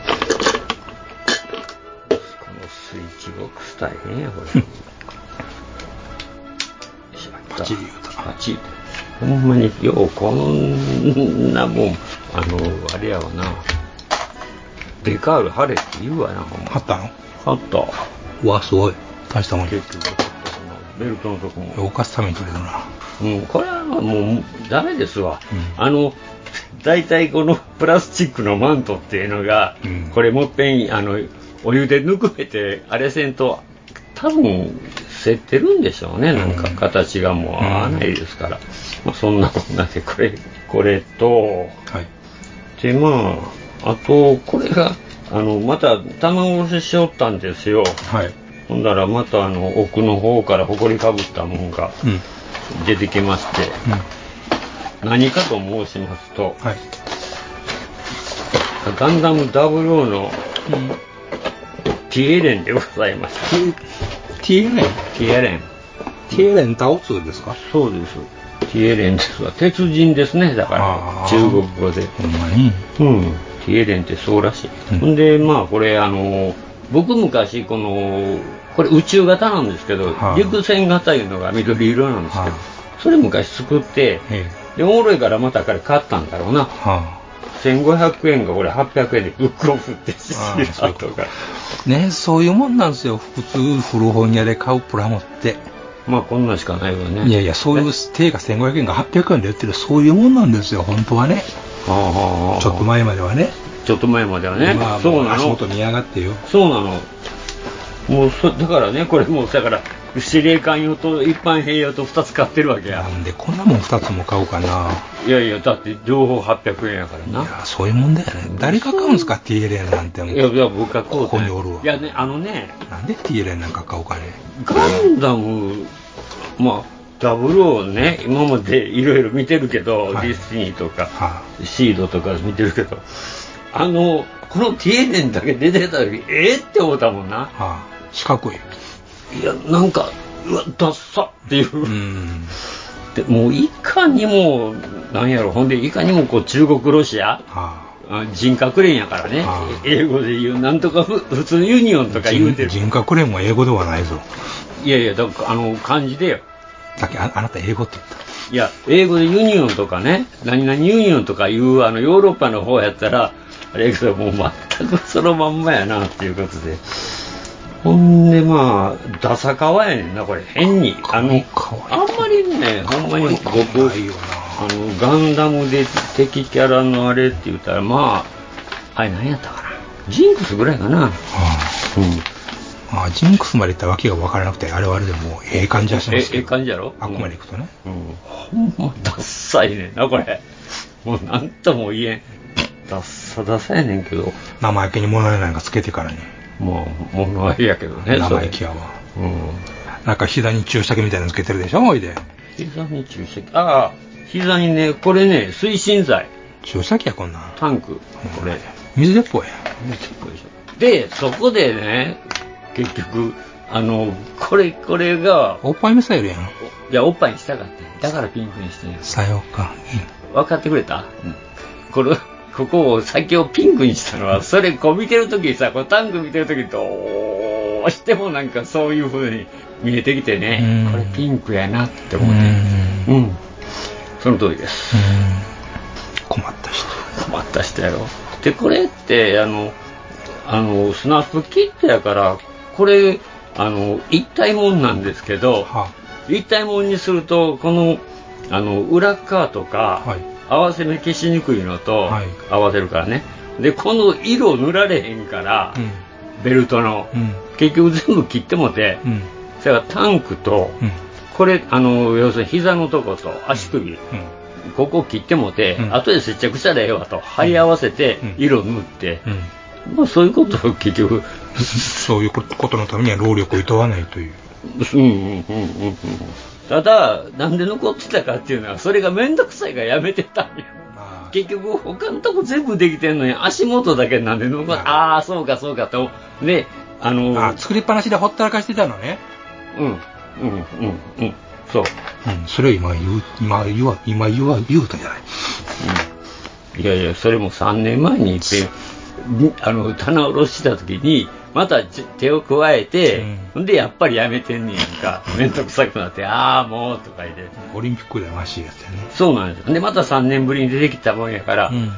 S9: のスイッチボックス大変や、これ。よいしょ
S8: パチリ言うた
S9: パチリほんまに、よう、こんなもん、あの、あれやわな。デカール貼れって言うわな、ほんま
S8: 貼。ったの
S9: あった。
S8: うわ、すごい。大したもんや。
S9: 結局、そのベルトのとこも。
S8: 動かすために取れるな。
S9: うん、これはもうダメですわ。あの、大体この プラスチックのマントっていうのが、
S8: うん
S9: これもっぺん、あの、お湯でぬくめて、あれせんと、多分、競ってるんでしょうね。なんか形がもう合わないですから。まあ、そんなこんなで、これ、 これと、
S8: はい。
S9: でまああとこれがあのまた玉おろししおったんですよ
S8: はい。
S9: ほんだらまたあの奥の方からほこりかぶったもんが
S8: うん。
S9: 出てきまして、
S8: うん。
S9: 何かと申しますと
S8: はい。
S9: 「ガンダム00」のティエレンでございました
S8: ティエレン
S9: ティエレン
S8: ティエレン・ダオツーですか
S9: そうです。ティエレンですわ。鉄人ですね、だから
S8: あ、ー
S9: 中国語で。
S8: ほんまに。
S9: うん、ティエレンってそうらしい。
S8: うん
S9: ほんで、まあ、これ、あの、僕昔、この、これ宇宙型なんですけど、
S8: はい
S9: 陸船型いうのが緑色なんですけど
S8: はい、
S9: それ昔作って、
S8: え
S9: で、おもろいからまた彼買ったんだろうな。
S8: え。は
S9: 1500円がこれ800円でブックオフって知
S8: あー
S9: らんとか。
S8: あ。ねそういうもんなんですよ。普通、古本屋で買うプラモって。
S9: まあ、こんなんしかないわね。
S8: いやいや、そういう定価1500円が800円で売ってる、そういうもんなんですよ、本当はね。
S9: はあはあはあ
S8: ちょっと前まではね。
S9: ちょっと前まではね。
S8: まあ、
S9: そうな
S8: 足
S9: の
S8: 元。見やがってよ。
S9: そうなの。もうそ、だからね、これもう、だから、司令官用と一般兵用と2つ買ってるわけや
S8: な。んで、こんなもん2つも買おうかな。
S9: いやいや、だって両方800円やから
S8: い
S9: な。
S8: や、そういうもんだよね。誰が買うんですか、ティエレンなんても
S9: いや、
S8: う。
S9: いや僕はこう
S8: ここにおるわ
S9: いやね、あのね、
S8: なんでティエレンなんか買おうかね。
S9: ガンダム、まあ、ダブルをね、今までいろいろ見てるけど、
S8: はい
S9: ディスティニーとか、
S8: は
S9: シードとか見てるけど、あの、このティエレンだけ出てた時、ええって思ったもんな
S8: あ、。はあ、四角い。
S9: いや、なんか、うわ、ダッサっていう。
S8: うん。
S9: でもういかにも、なんやろ、ほんで、いかにもこう中国、ロシア、
S8: は
S9: あ人格連やからね
S8: あ、
S9: 英語で言う、なんとかふ普通ユニオンと
S8: あ。
S9: か言う
S8: 人
S9: てる。
S8: 人格連も英語ではないぞ。
S9: いやいや、だからあの、漢字でよ。
S8: さっきああなた英語って言った。
S9: いや、英語でユニオンとかね、何々ユニオンとかいう、あの、ヨーロッパの方やったら、あれやけど、もう全くそのまんまやな、っていうことで。ほんで、まあ、ダサかわやねんな、これ、変に。あの、
S8: かわいい
S9: あんまりね、ほんまに、
S8: かわいい
S9: 僕、
S8: かわいいよな
S9: あの、ガンダムで敵キャラのあれって言ったら、まあ、あれ何やったかな。ジンクスぐらいかな。
S8: は
S9: うん。
S8: あ、あジンクスまで行ったわけが分からなくて、あれはあれでもうええ感じはしま
S9: え
S8: す、け
S9: え
S8: ど。
S9: え感じやろ
S8: あくまで行くとね。
S9: うんほんまダッサいねんな、これ。もうなんとも言えん。ダッサダサやねんけど、
S8: 生意気に物やなんかつけてからに、
S9: まあ、物ありやけどね、そ
S8: 生
S9: れ
S8: 意気やわ。
S9: うん。
S8: なんか膝に注射器みたいなのつけてるでしょ、おいで。
S9: 膝に注射器。ああ、膝にね、これね、推進剤、
S8: 注射器や、こんなん。
S9: タンク、これ。
S8: 水鉄砲や。
S9: で、そこでね、結局、あの、これ、これが、
S8: おっぱいミサイルやん。
S9: いや、おっぱいにしたかった。だからピンクにしてんや
S8: さようか。
S9: 分かってくれた、これここを先をピンクにしたのはそれこう見てる時さこうタンク見てる時どうしてもなんかそういう風に見えてきてね
S8: うん
S9: これピンクやなって
S8: う
S9: 思って
S8: ん。
S9: うんその通りです
S8: 困った人。
S9: 困った人やろでこれってあのあのスナップキットやからこれあの一体もんなんですけど、
S8: は
S9: 立体物にするとこのあの裏側とか、
S8: はい
S9: 合わせ目消しにくいのと、
S8: はい
S9: 合わせるからねでこの色塗られへんから、
S8: あ、うん。
S9: ベルトの、
S8: うん。
S9: 結局全部切ってもて、
S8: うん。
S9: それからタンクと、
S8: うん。
S9: これあの要するに膝のとこと足首、
S8: うん。
S9: ここ切ってもて、
S8: うん
S9: 後で接着したらええわと貼り合わせて
S8: うん
S9: 色塗って、
S8: うん。
S9: まあ、そういうことを結局
S8: そういうことのためには労力を厭わないという。
S9: うんうんうんうんうんただ、なんで残ってたかっていうのは、それがめんどくさいからやめてたんよ。
S8: ま
S9: 結局、他のとこ全部できてんのに、足元だけなんで残っ
S8: はい
S9: ああ、そうかそうかと。で、あの、
S8: あ、作りっぱなしでほったらかしてたのね。
S9: うん、うん、うん、うん、そう。
S8: うん、それを今言う、今言わ、今言わ、言うたじゃない。
S9: いやいや、それも3年前に一遍んあの、棚卸しした時に、またじ手を加えて、ほんで、やっぱりやめてんねやんか。めんどくさくなって、ああ、もう、とか言って。
S8: オリンピックではましいやつやね。
S9: そうなんですよ。で、また3年ぶりに出てきたもんやから、
S8: うん。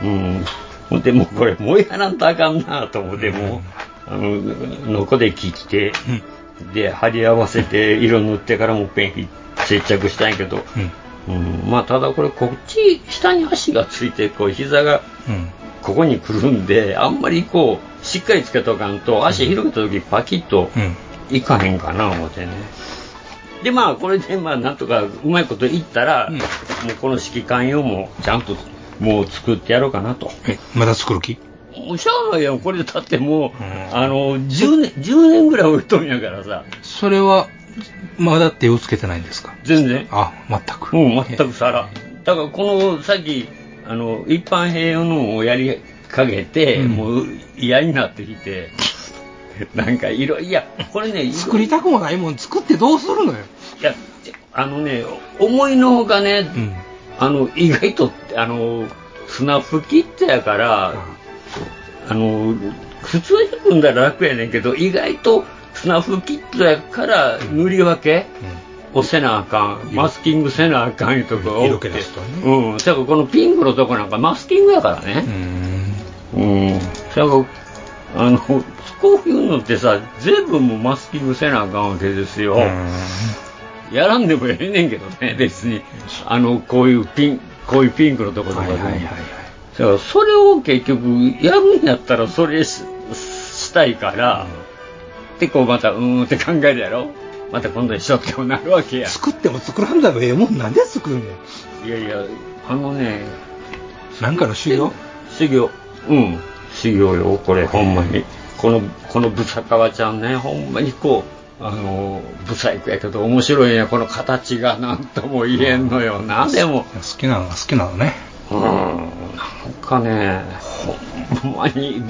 S9: うん。ほんで、もうこれ、燃えやらんとあかんなと思って、もう、あの、のこで切って、で、貼り合わせて、色塗ってからもうペン接着したんやけど、
S8: うん。
S9: うん、まあ、ただこれ、こっち、下に足がついて、こう、膝が、
S8: うん。
S9: ここにくるんで、あんまりこう、しっかりつけとかんと、足広げた時パキッと
S8: うん。
S9: いかへんかな、思ってね。で、まあ、これで、まあ、なんとか、うまいこといったら、
S8: うん
S9: もうこの指揮官用も、ちゃんと、もう作ってやろうかなと。
S8: え、まだ作る気
S9: もうしゃあないやん、これだっても
S8: う
S9: う、
S8: ん
S9: あの、10年、10年ぐらい置いとんやからさ、
S8: それは、まだ手をつけてないんですか
S9: 全然。
S8: あ、全く。
S9: うん、全くさら。だからこの、さっき、あの、一般併用のをやりかけて、
S8: うん
S9: もう嫌になってきて、なんかいろ、いや、これね、
S8: 作りたくもないもん作ってどうするのよ。
S9: いや、あのね、思いのほかね、
S8: うん
S9: あの、意外と、あの、スナップキットやから、あの、普通に組んだら楽やねんけど、意外とスナップキットやから塗り分けをせなあかん、マスキングせなあかんいうとこが多く
S8: 色気
S9: て
S8: 出すとね
S9: うん、だからこのピンクのとこなんかマスキングやからね。
S8: うん
S9: うん。それがあの、こういうのってさ、全部もうマスキングせなあかんわけですよ。やらんでもええねんけどね、別に。あの、こういうピン、こういうピンクのとことかでも。だからそれを結局、やるんやったらそれししたいから、で、こうまた、うーんって考えるやろ。また今度にしようってもなるわけや。
S8: 作っても作らんでもええもんなんで作るんねん
S9: いやいや、あのね、
S8: なんかの修行
S9: 修行うん修行よこれほんまにこのこのブサカワちゃんねほんまにこうあのブサイクやけど面白いねこの形が何とも言えんのよなでも
S8: 好きなのは好きなのね
S9: うんなんかねほんまに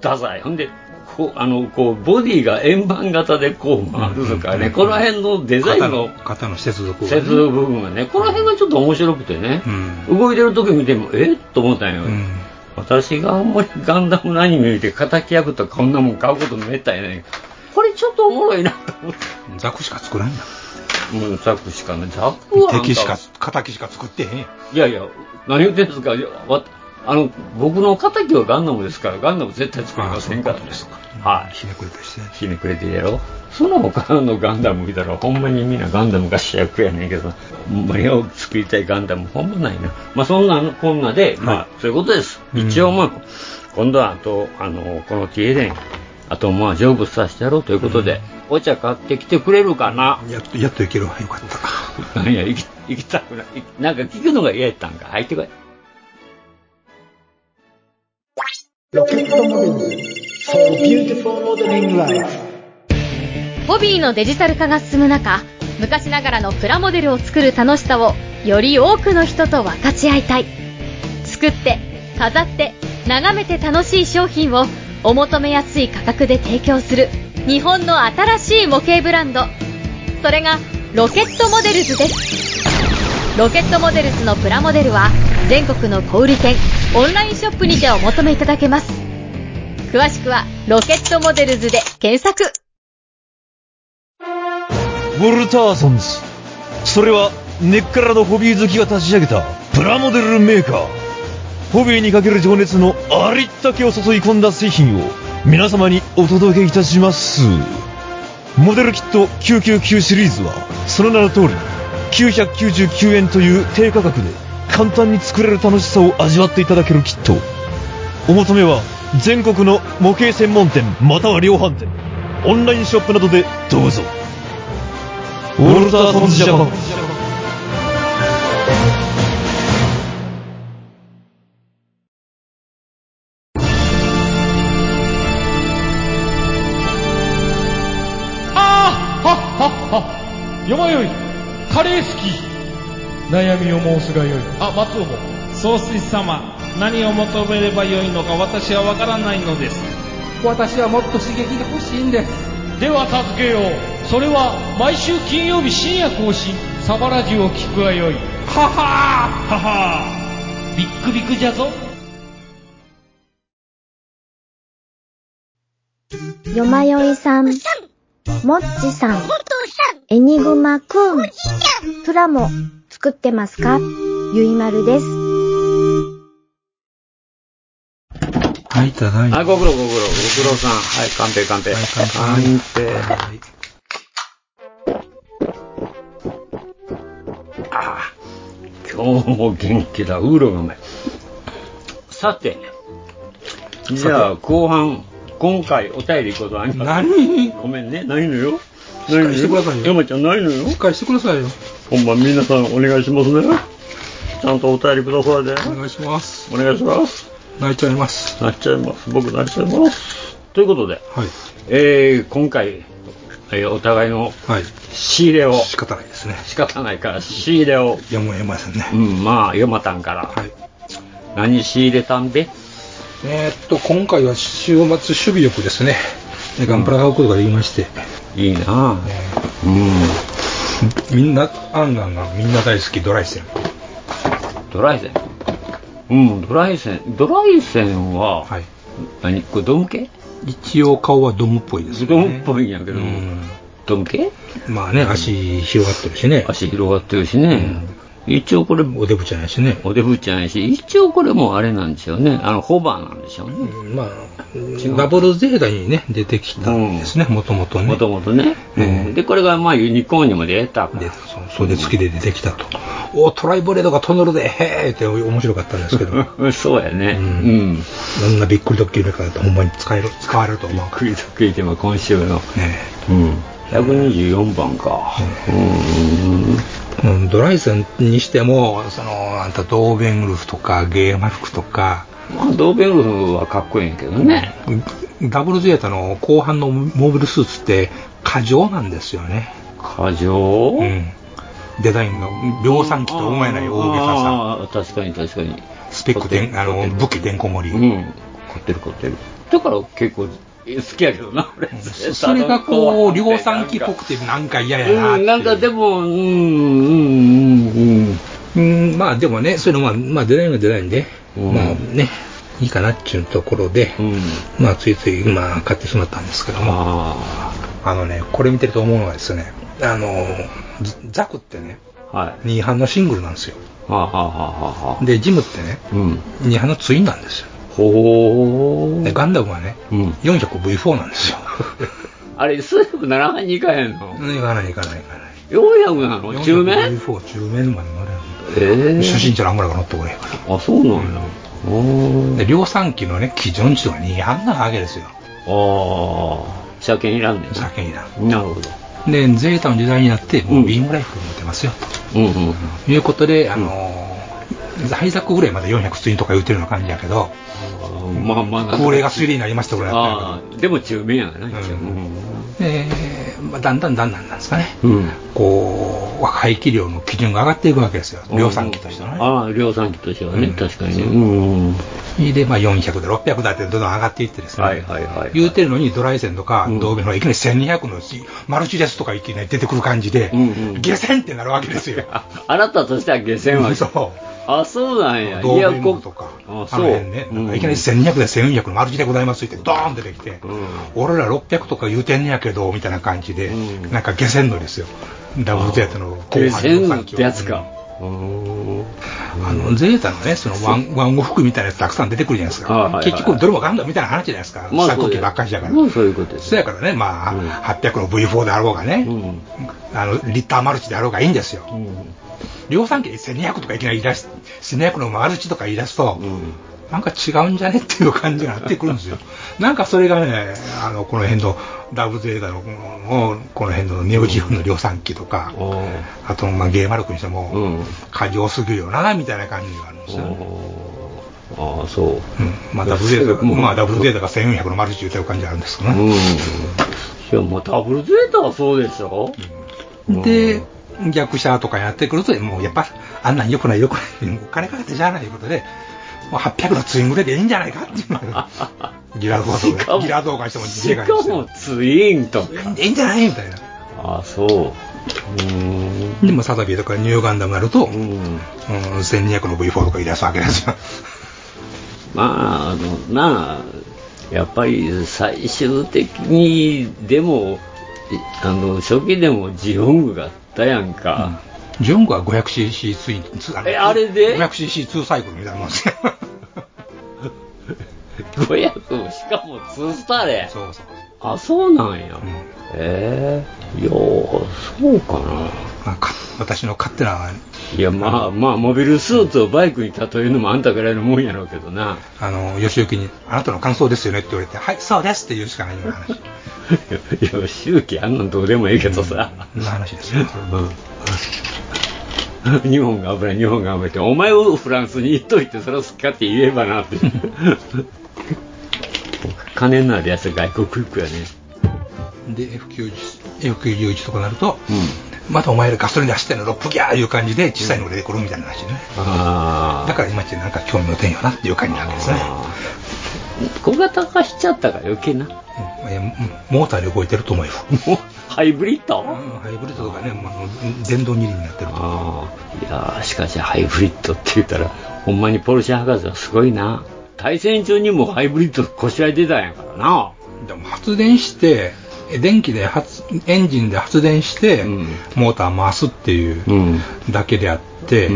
S9: ダサいほんでこうあのこうボディが円盤型でこう回るとかね、この辺のデザイン
S8: 肩の
S9: の
S8: 肩の接続
S9: 接続部分がねこの辺がちょっと面白くてね、動いてる時見てもえっと思ったんよ、
S8: うん
S9: 私があんまりガンダムのアニメ見て敵役とかこんなもん買うことめったやねこれちょっとおもろいなと思って
S8: ザクしか作らんやん
S9: もうザクしかねザクはあんた
S8: 敵しか敵しか作ってへんやん
S9: いやいや何言ってんすかいやわあの僕の敵はガンダムですからガンダム絶対作りませんからねはい
S8: ひねくれたして
S9: ひねくれてるやろその他のガンダム見たらほんまにみんなガンダムが主役やねんけどほんまによく作りたいガンダムほんまないなまあそんなこんなで、まあそういうことです一応まあ今度はあとあのこのティエデンあとまあ成仏させてやろうということで、お茶買ってきてくれるかな
S8: やっとやっといけるわよかった
S9: なんや行き行きたくない行きなんか聞くのが嫌やったんか入ってこい
S10: ホビーのデジタル化が進む中昔ながらのプラモデルを作る楽しさをより多くの人と分かち合いたい作って飾って眺めて楽しい商品をお求めやすい価格で提供する日本の新しい模型ブランドそれがロケットモデルズですロケットモデルズのプラモデルは全国の小売店オンラインショップにてお求めいただけます詳しくは「ロケットモデルズ」で検索
S11: ウォルターソンズそれは根っからのホビー好きが立ち上げたプラモデルメーカーホビーにかける情熱のありったけを注い込んだ製品を皆様にお届けいたしますモデルキット999シリーズはその名の通り999円という低価格で簡単に作れる楽しさを味わっていただけるキットお求めは全国の模型専門店または量販店オンラインショップなどでどうぞウォルターソンズジャパン
S5: よまよい、カレー好き。悩みを申すがよい。あ、松尾も。総帥様、何を求めればよいのか私はわからないのです。私はもっと刺激が欲しいんです。では助けよう。それは、毎週金曜日深夜更新、サバラジュを聞くがよい。ははははビックビックじゃぞ。
S7: よまよいさん、もっちさん、エニグマくん、プラモ作ってますかゆいまるです。
S8: はいただい
S9: あ、
S8: ま
S9: ご苦労ご苦労、ご苦労さん。はい、乾杯乾杯。
S8: はい
S9: 乾杯。
S8: はい
S9: ああ、今日も元気だ、ウーロがうまい。さて、じゃあ後半、今回お便りいくことあります
S8: 何
S9: ごめんね、ないのよ。ないの
S8: しっかりしてくださいよ
S9: 山ちゃん、ないのよ
S8: し。っかりしてくださいよ
S9: ほんま、皆さんお願いしますね。ちゃんとお便りくださいね。
S8: お願いします
S9: お願いします。
S8: 泣いちゃいます
S9: なっちゃいます。僕、なっちゃいます。ということで、
S8: はい
S9: えー、今回、えーお互いの
S8: はい
S9: 仕入れを、
S8: 仕方ないですね
S9: 仕方ないから仕入れを、
S8: やむを得ませんね
S9: うん、まあ、ヨマタンから、
S8: はい
S9: 何仕入れたんべ
S8: えーっと今回は週末守備力ですねえガンプラが置くことができまして、
S9: いいなあうん。
S8: みんな、アンガンがみんな大好きドライセン。
S9: ドライセンうん、ドライセン。ドライセンは、何これドム系
S8: 一応顔はドムっぽいです、
S9: ドムっぽいんやけど、ドム系
S8: まあね、足広がってるしね。
S9: 足広がってるしね。一応これ、お
S8: デブちゃんやしね。
S9: おデブちゃんやし、一応これもあれなんでしょうね。あの、ホバーなんでしょうね。
S8: まあ、ダブルゼータにね、出てきたんですね、もともとね。
S9: もともとね。うんで、これがまあユニコーンにも出た
S8: でそれで月で出てきたと。おトライブレードがトンネルで、へーって面白かったんですけ ど。
S9: そうやね。うん。
S8: あんなびっくりドッキリだからほんまに使える、使われると思う。びっ
S9: くりドッキリテーマ、今週の。うん。124番か。うん。
S8: うん、ドライセンにしても、その、あんたドーベングルフとか、ゲーマフクとか、
S9: まあ、ドーベングルフはかっこいいんやけどね。
S8: ダブルゼータの後半のモービルスーツって、過剰なんですよね。
S9: 過剰
S8: うん。デザインの量産機と思えない大げささ。
S9: ああ、確かに確かに。
S8: スペックでん、あの、武器でんこ盛り。
S9: うん。凝ってる凝ってる。だから結構好きやけどな、俺。
S8: それがこう、量産機っぽくてなんか嫌やな。
S9: うん、なんかでも、うん、うん、うん、
S8: うん。まあでもね、それまあ、まあデザインがデザインで、まあね、いいかなっていうところで、まあついつい、まあ買ってしまったんですけども、あのね、これ見てると思うのはですね、あの、ザザクってね、
S9: は
S8: ニーハンのシングルなんですよ。
S9: い。はあ、はあはあはあ、
S8: で、ジムってね、
S9: うん。
S8: ニーハンのツインなんですよ。
S9: ほー。
S8: で、ガンダムはね、400V4 なんですよ。
S9: あれ、スープならんに行かへんの
S8: 行かない行かない行かない。
S9: ?400 なの中面
S8: ?V4 中面まで乗れる
S9: えー、
S8: 初心者のアンゴラが乗ってこれへんから。
S9: あ、そうなんや。お
S8: で量産機のね、基準値とかに違反なわけですよ。
S9: お。ああ。車検いらんねん。
S8: 車検いらん。
S9: なるほど。
S8: で、ゼータの時代になって、もうビームライフル持ってますよ。
S9: うんうん。
S8: ということで、あのー、配作ぐらいまで400ツインとか言ってるような感じやけど、
S9: まあまあ、
S8: 高齢が3になりましたぐらいだったんや
S9: ああ、でも中面やな、一応。
S8: けどで、まあ、だんだんだんだんなんですかね、
S9: うん。
S8: こう、排気量の基準が上がっていくわけですよ。量産機としてはね。
S9: ああ、量産機としてはね、確かにね。うん。
S8: で、まあ、400だ、600だってどんどん上がっていってですね、
S9: はいはいはい。
S8: 言うてるのにドライセンとか、同盟のいきなり1200のマルチレスとかいきなり出てくる感じで、下船ってなるわけですよ。
S9: あなたと しては下船は。
S8: そ
S9: あ、そうなんや。
S8: う。同盟
S9: こ
S8: とか、
S9: あ、
S8: あ
S9: そ
S8: の
S9: う。
S8: 辺ね、なんかいきなり1200で1400のマルチでございますって、ドーン出てきて、俺ら600とか言うてんねやけど、みたいな感じで、なんか下船のですよ。ダブルゼータの後半
S9: 下
S8: の
S9: 船っ
S8: 産地を
S9: てやつか。
S8: あの、ゼータのね、そのワン、ワンオフ服みたいなやつたくさん出てくるじゃないです
S9: はいはい
S8: か
S9: は。い
S8: 結局、どれもガンダムみたいな話じゃないですか。
S9: まあ
S8: 作
S9: そう
S8: 機
S9: だよ
S8: ばっかりだから。
S9: もうそういうことです。
S8: そうやからね、まあ、800の V4 であろうがね、あの、リッターマルチであろうがいいんですよ。量産機で1200とかいきなり言い出す、1200のマルチとか言い出すと、なんか違うんじゃねっていう感じがなってくるんですよ。 なんかそれがね、あの、この辺の、ダブルゼータの、この辺のネオジオンの量産機とか、あと、まあ、ゲーマルクにしても、過剰すぎるよな、みたいな感じがあるんですよね。
S9: ああ、そう。
S8: まあ、ダブルゼータ、まあ、ダブルゼータが1400のマルチ言ってる感じがあるんですけどね。
S9: うん。いや、もうダブルゼータはそうでしょ
S8: で、逆車とかやってくると、もうやっぱ、あんなん良くない良くない、お金かけてじゃあないということで、もう800のツイングレでいいんじゃないかっていうのがギラ動画
S9: しか
S8: と
S9: も
S8: ギラ動画にしても、ジェ
S9: し
S8: ガ
S9: か
S8: にしても
S9: も、ツインとか。
S8: いいんじゃないみたいな。
S9: ああ、そう。うーん。
S8: でも、サタビーとかニューガンダムやると、うん、1200の V4 とか言い出すわけですよ。
S9: まあ、あの、なあ、やっぱり最終的に、でも、いあの、初期でもジオングがあったやんか。
S8: ジョングは 500cc ツイン、ツあ
S9: え、あれで
S8: 500cc2 サイクルみたいなもんですよ。
S9: 500しかも2スターで
S8: そうそう。
S9: あそうなんや、ええいやそうかな
S8: まあか私の勝手ない
S9: やまあまあモビルスーツをバイクに例えるのもあんたぐらいのもんやろうけどな
S8: あの、吉行に、あなたの感想ですよねって言われて、はい、そうですって言うしかないような話。
S9: いや周期あんなんどうでもいいけどさ、
S8: な話ですよ。
S9: 日本が危ない日本が危ないってお前をフランスに行っといてそれを好きかって言えばなって 金のあるやつが外国行くやね
S8: で、F91、F91 とかなると、またお前らガソリンで走ってんの、ロップギャーいう感じで、小さいの出てくるみたいな話ね。
S9: あ
S8: だから今ってなんか興味の点よなっていう感じなわけですね。
S9: あ小型化しちゃったから余計な
S8: えーモーターで動いてると思います。
S9: ハイブリッド、
S8: ハイブリッドとかね、まあ、電動二輪になってると
S9: ああいやーしかしハイブリッドって言ったらほんまにポルシェ博士はすごいな対戦中にもハイブリッドの腰合い出たんやからな
S8: でも発電してえ電気で発エンジンで発電して、モーター回すっていうだけであって、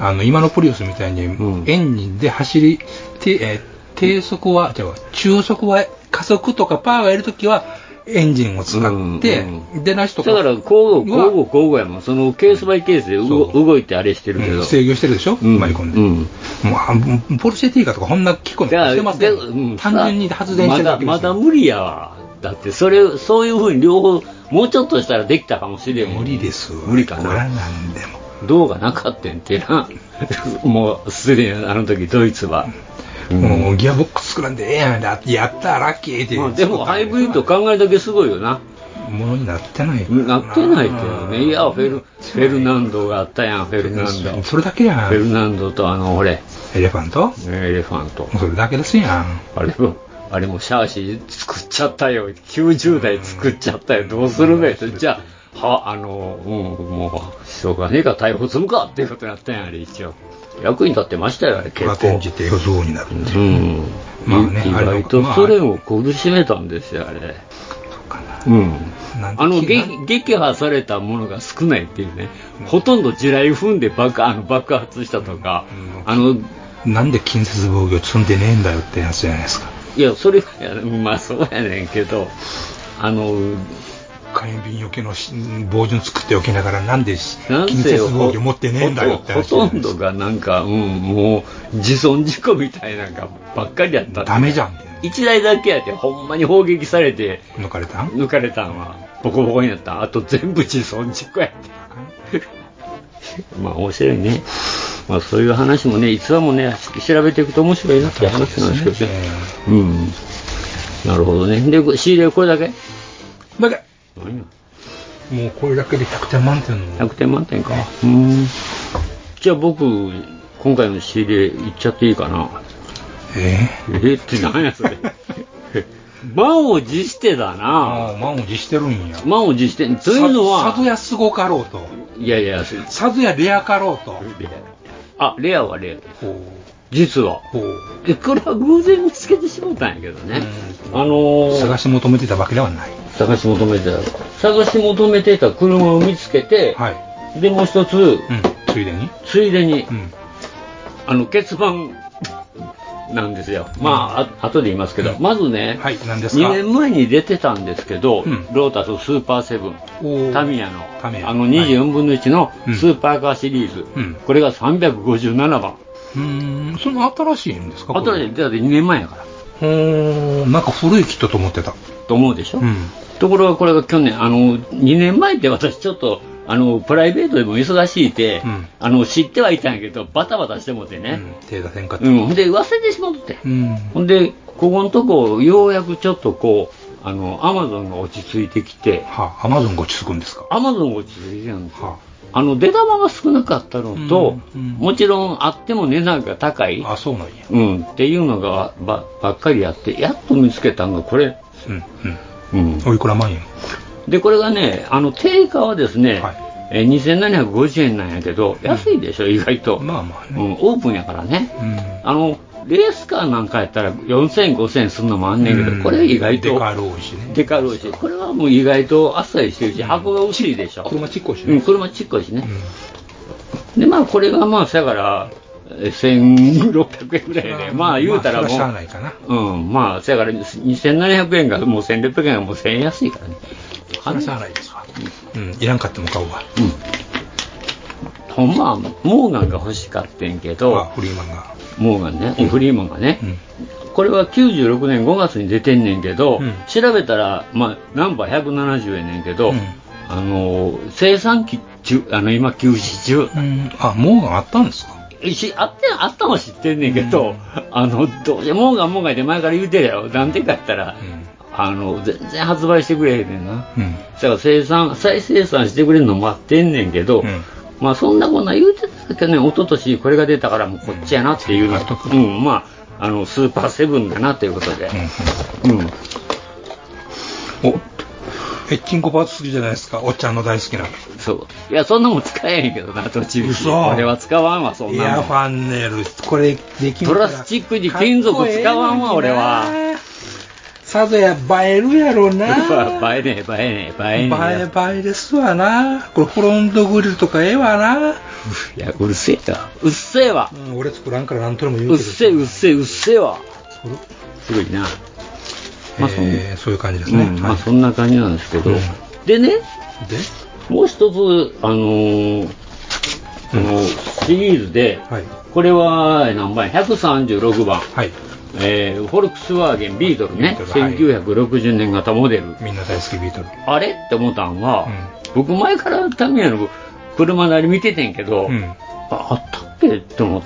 S8: あの今のプリウスみたいに、エンジンで走りてえ低速はじゃあ中速は加速とかパワーを得るときはエンジンを使って、出なしとか
S9: だから交互交互交互やもんそのケースバイケースでうご動いてあれしてるけど、
S8: 制御してるでしょ、うまり込んで、もうあもうポルシェティーカーとかこんな機構にしてますね単純に発電してるだ
S9: ま
S8: け
S9: だ
S8: ですよ
S9: まだ無理やわだってそれそういうふうに両方もうちょっとしたらできたかもしれん無理
S8: です
S9: 無理かなどうがなかったんてな もうすでにあの時ドイツは、
S8: もうギアボックス作らんでええやんだやったラッキーって、
S9: まあでもハイブリッド考えるだけすごいよな
S8: ものになってない
S9: なってないけどねいやフェルフェルナンドがあったやんフェルナンド
S8: それだけやん
S9: フェルナンドとあの俺
S8: エレファント
S9: エレファント
S8: それだけですやん
S9: あれもあれもシャーシー作っちゃったよ90代作っちゃったよどうするべじゃあはあのうんもうしょうがねえか逮捕するかっていうことになったんやあれ一応役に立ってましたよあれ結構
S8: 転じて予想になるんで、
S9: うん
S8: まあね
S9: 意
S8: あれ
S9: 外と
S8: まあ
S9: ソ連を苦しめたんですよあれうん
S8: なん
S9: あの撃撃破されたものが少ないっていうね、ほとんど地雷踏んで爆あの爆発したとか、あの
S8: なんで近接防御積んでねえんだよってやつじゃないですか
S9: いや、それはいやまあそうやねんけど、あの
S8: 火炎瓶よけのし防順作っておきながらなんでし
S9: なん
S8: 近
S9: せ
S8: 接
S9: よ
S8: 防御持ってねえんだよって
S9: ほ
S8: 話
S9: とんどがなんか、うん、もう自損事故みたいなんかばっかりやった
S8: ダメじゃん
S9: 一台だけやってほんまに砲撃されて
S8: 抜かれたん
S9: 抜かれたんはボコボコになったんあと全部自損事故やってまあ面白いね、まあ、そういう話もねいつはもね調べていくと面白いなって話なんですけどねうんなるほどねで仕入れこれだけ
S8: だけ
S9: 何や
S8: もうこれだけで100点満点の
S9: 100点満点かうんじゃあ僕今回の仕入れいっちゃっていいかな
S8: え
S9: えって何やそ れ満を持してだな
S8: 満を持してるんや
S9: 満を持してというのは
S8: さ里やすごかろうと
S9: いやいや
S8: さぞやレアかろうと
S9: あレアはレアです実はえこれは偶然見つけてしまったんやけどねあのー
S8: 探し求めてたわけではない
S9: 探し求めてた探し求めてた車を見つけて、でもう一つ、
S8: ついでに
S9: ついでに、あの欠番なんですよ、まああ後で言いますけど、まずね、
S8: ですか
S9: 2年前に出てたんですけど、ロータススーパーセブンタミヤのあの24分の1のスーパーカーシリーズ、これが357番
S8: うんその新しいんですか
S9: 新しいだって2年前やから
S8: ほーなんか古いキットと思ってた
S9: と思うでしょ、ところがこれが去年あの2年前って私ちょっとあのプライベートでも忙しいて、あの知ってはいたんやけどバタバタしてもってね、
S8: 手出せんかった
S9: うん、で忘れてしまうって
S8: うん
S9: ほんで、ここのとこ、ようやくちょっとこう、あの、アマゾンが落ち着いてきて、
S8: はアマゾンが落ち着くんですか
S9: アマゾンが落ち着いてるんですよ。あの、出玉が少なかったのと、もちろんあっても値段が高い。
S8: あ、そうなんや。
S9: うん、っていうのがばばっかりやって、やっと見つけたのがこれ。
S8: うん、
S9: うん。
S8: おいくら万円
S9: で、これがね、あの、定価はですね、えー2750円なんやけど、安いでしょ、意外と。
S8: まあまあ
S9: ね。うん、オープンやからね。
S8: うん
S9: あの、レースカーなんかやったら4000、5000するのもあんねんけど、
S8: うん
S9: これ意外と。
S8: デカローしね。
S9: デカローし。これはもう意外とあっさりしてるし、箱が薄いでしょ。車
S8: ちっこいし
S9: ね。うん、車ちっこいし ね。で、まあこれがまあ、だから、え1600円ぐらいで、まあ言うたら
S8: まあ
S9: も
S8: それはしゃあ
S9: う
S8: ないかな。
S9: うん、まあ、せやから2700円がもう1600円がもう1000円安いからね。
S8: それはしゃあないですわ。うん、いらんかっても買うわ。
S9: ほんまはモーガンが欲しかってんけど、
S8: フリーマンが。
S9: モーガンね、フリーマンがね、これは96年5月に出てんねんけど、調べたら、まあ、ナンバー170円ねんけど、あのー生産期中、あの今休止中。
S8: あ、モーガンあったんですか
S9: しあってあったのは知ってんねんけど、あのどうせモーガンモーガンって前から言うてるやろ、なんでか言ったら、あの全然発売してくれへんねんな。
S8: うん。
S9: だから生産、再生産してくれるの待ってんねんけど、まあそんなこんな言うてたけどね、一昨年これが出たからもうこっちやなっていうのは、うん、まあ、あの、スーパーセブンだなということで。うん。
S8: お、え、チンコパーツ好きじゃないですか。おっちゃんの大好きな。
S9: そう。いや、そんなもん使えへんけどな、途中。
S8: 嘘
S9: 俺は使わんわ、そん
S8: エ
S9: な
S8: ア
S9: も
S8: ファンネル、これでき
S9: ん。プラスチックに金属使わんわ、俺は。
S8: さぞや映えるやろな。
S9: う わ映えねえ、映えねえ、映えね
S8: 映え映えですわな。これフロントグリルとかええわな。
S9: え。いや、うるせえな。うっせえわ。
S8: うん、俺作らんから何とでも言う
S9: う
S8: け
S9: っ
S8: ど。
S9: せえ、うっせえ、うっせえわ。すごいな。まあ、そん
S8: えーそういう感じですね。
S9: うんまあ、そんな感じなんですけど。でね、
S8: で
S9: もう一つ、あのーこのシリーズで、これは何番 ?136 番、えーフォルクスワーゲンビートルね、
S8: ビートルはい
S9: 1960年型モデル。
S8: みんな大好きビートル。
S9: あれって思ったんは、僕前からタミヤの車なり見ててんけど、ああったっけって思っ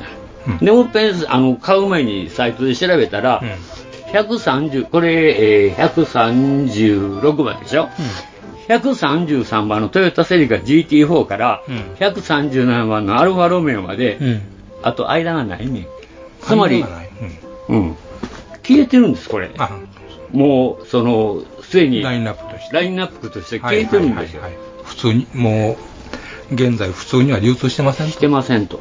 S9: た、でもっぺんあの買う前にサイトで調べたら、130これ、えー136番でしょ、133番のトヨタセリカ GT4 から、137番のアルファロメオまで、あと間がないねんつまり
S8: 間がない
S9: うん、消えてるんですこれもうそのすでにライ
S8: ンナップとして
S9: ラインナップとして消えてるんですよ、
S8: 普通に、もう、現在普通には流通してません
S9: してませんと。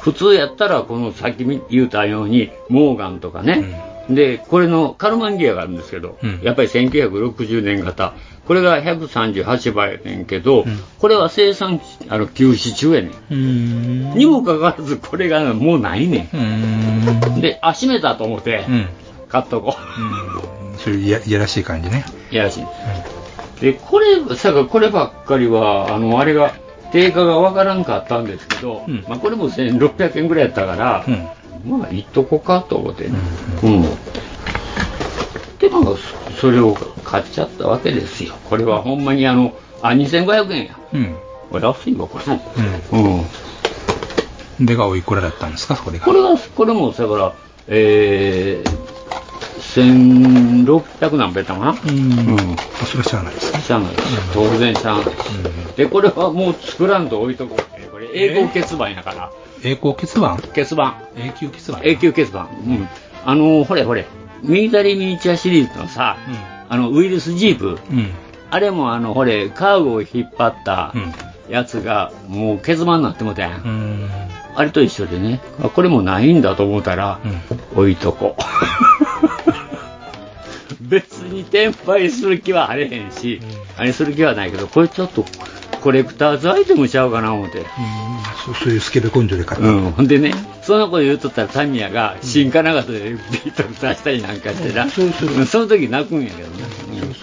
S9: 普通やったらこのさっき言ったようにモーガンとかね、でこれのカルマンギアがあるんですけど、
S8: うん
S9: やっぱり1960年型これが138倍やねんけど、これは生産あの休止中やね
S8: うーん。
S9: んにもかかわらずこれがもうないね
S8: うー
S9: んであ閉めたと思って
S8: ん。
S9: 買っとこう、
S8: うん。そういういやいやらしい感じね。
S9: い やらしい。で、これ、さがこればっかりは、あの、あれが、定価がわからんかったんですけど、まあこれも1600円ぐらいやったから、まあ、いっとこかと思ってね。うん。で、まあ、そそれを買っちゃったわけですよ。これはほんまにあの、あ、2500円や。
S8: うん。
S9: お安いわ、これも。
S8: うん。でがおいくらだったんですか、それが。
S9: これが、これも、だから、えー、1600何べたかな。
S8: うん。
S9: うん
S8: それは知らないです。
S9: しゃあないです当然しゃあないですでこれはもう作らんと置いとこうこれ英語欠番やから
S8: 栄光欠番
S9: 欠番
S8: 永久欠番
S9: 永久欠番うんあのーほれほれミニタリーミニチュアシリーズのさ、あのウイルスジープ
S8: うん。
S9: あれもあのほれカーゴを引っ張ったやつがもう欠番になってもうたやん
S8: うん。
S9: あれと一緒でねあこれもないんだと思ったら、置いとこ 別に転売する気はあれへんし、あれする気はないけどこれちょっとコレクターズアイテムちゃうかな思って、
S8: そうそういうスケベ根性で買った。
S9: うん、ほんでねそんなこと言うとったらタミヤが新金型でビートル出したりなんかしてな、うんその時泣くんやけどね、うん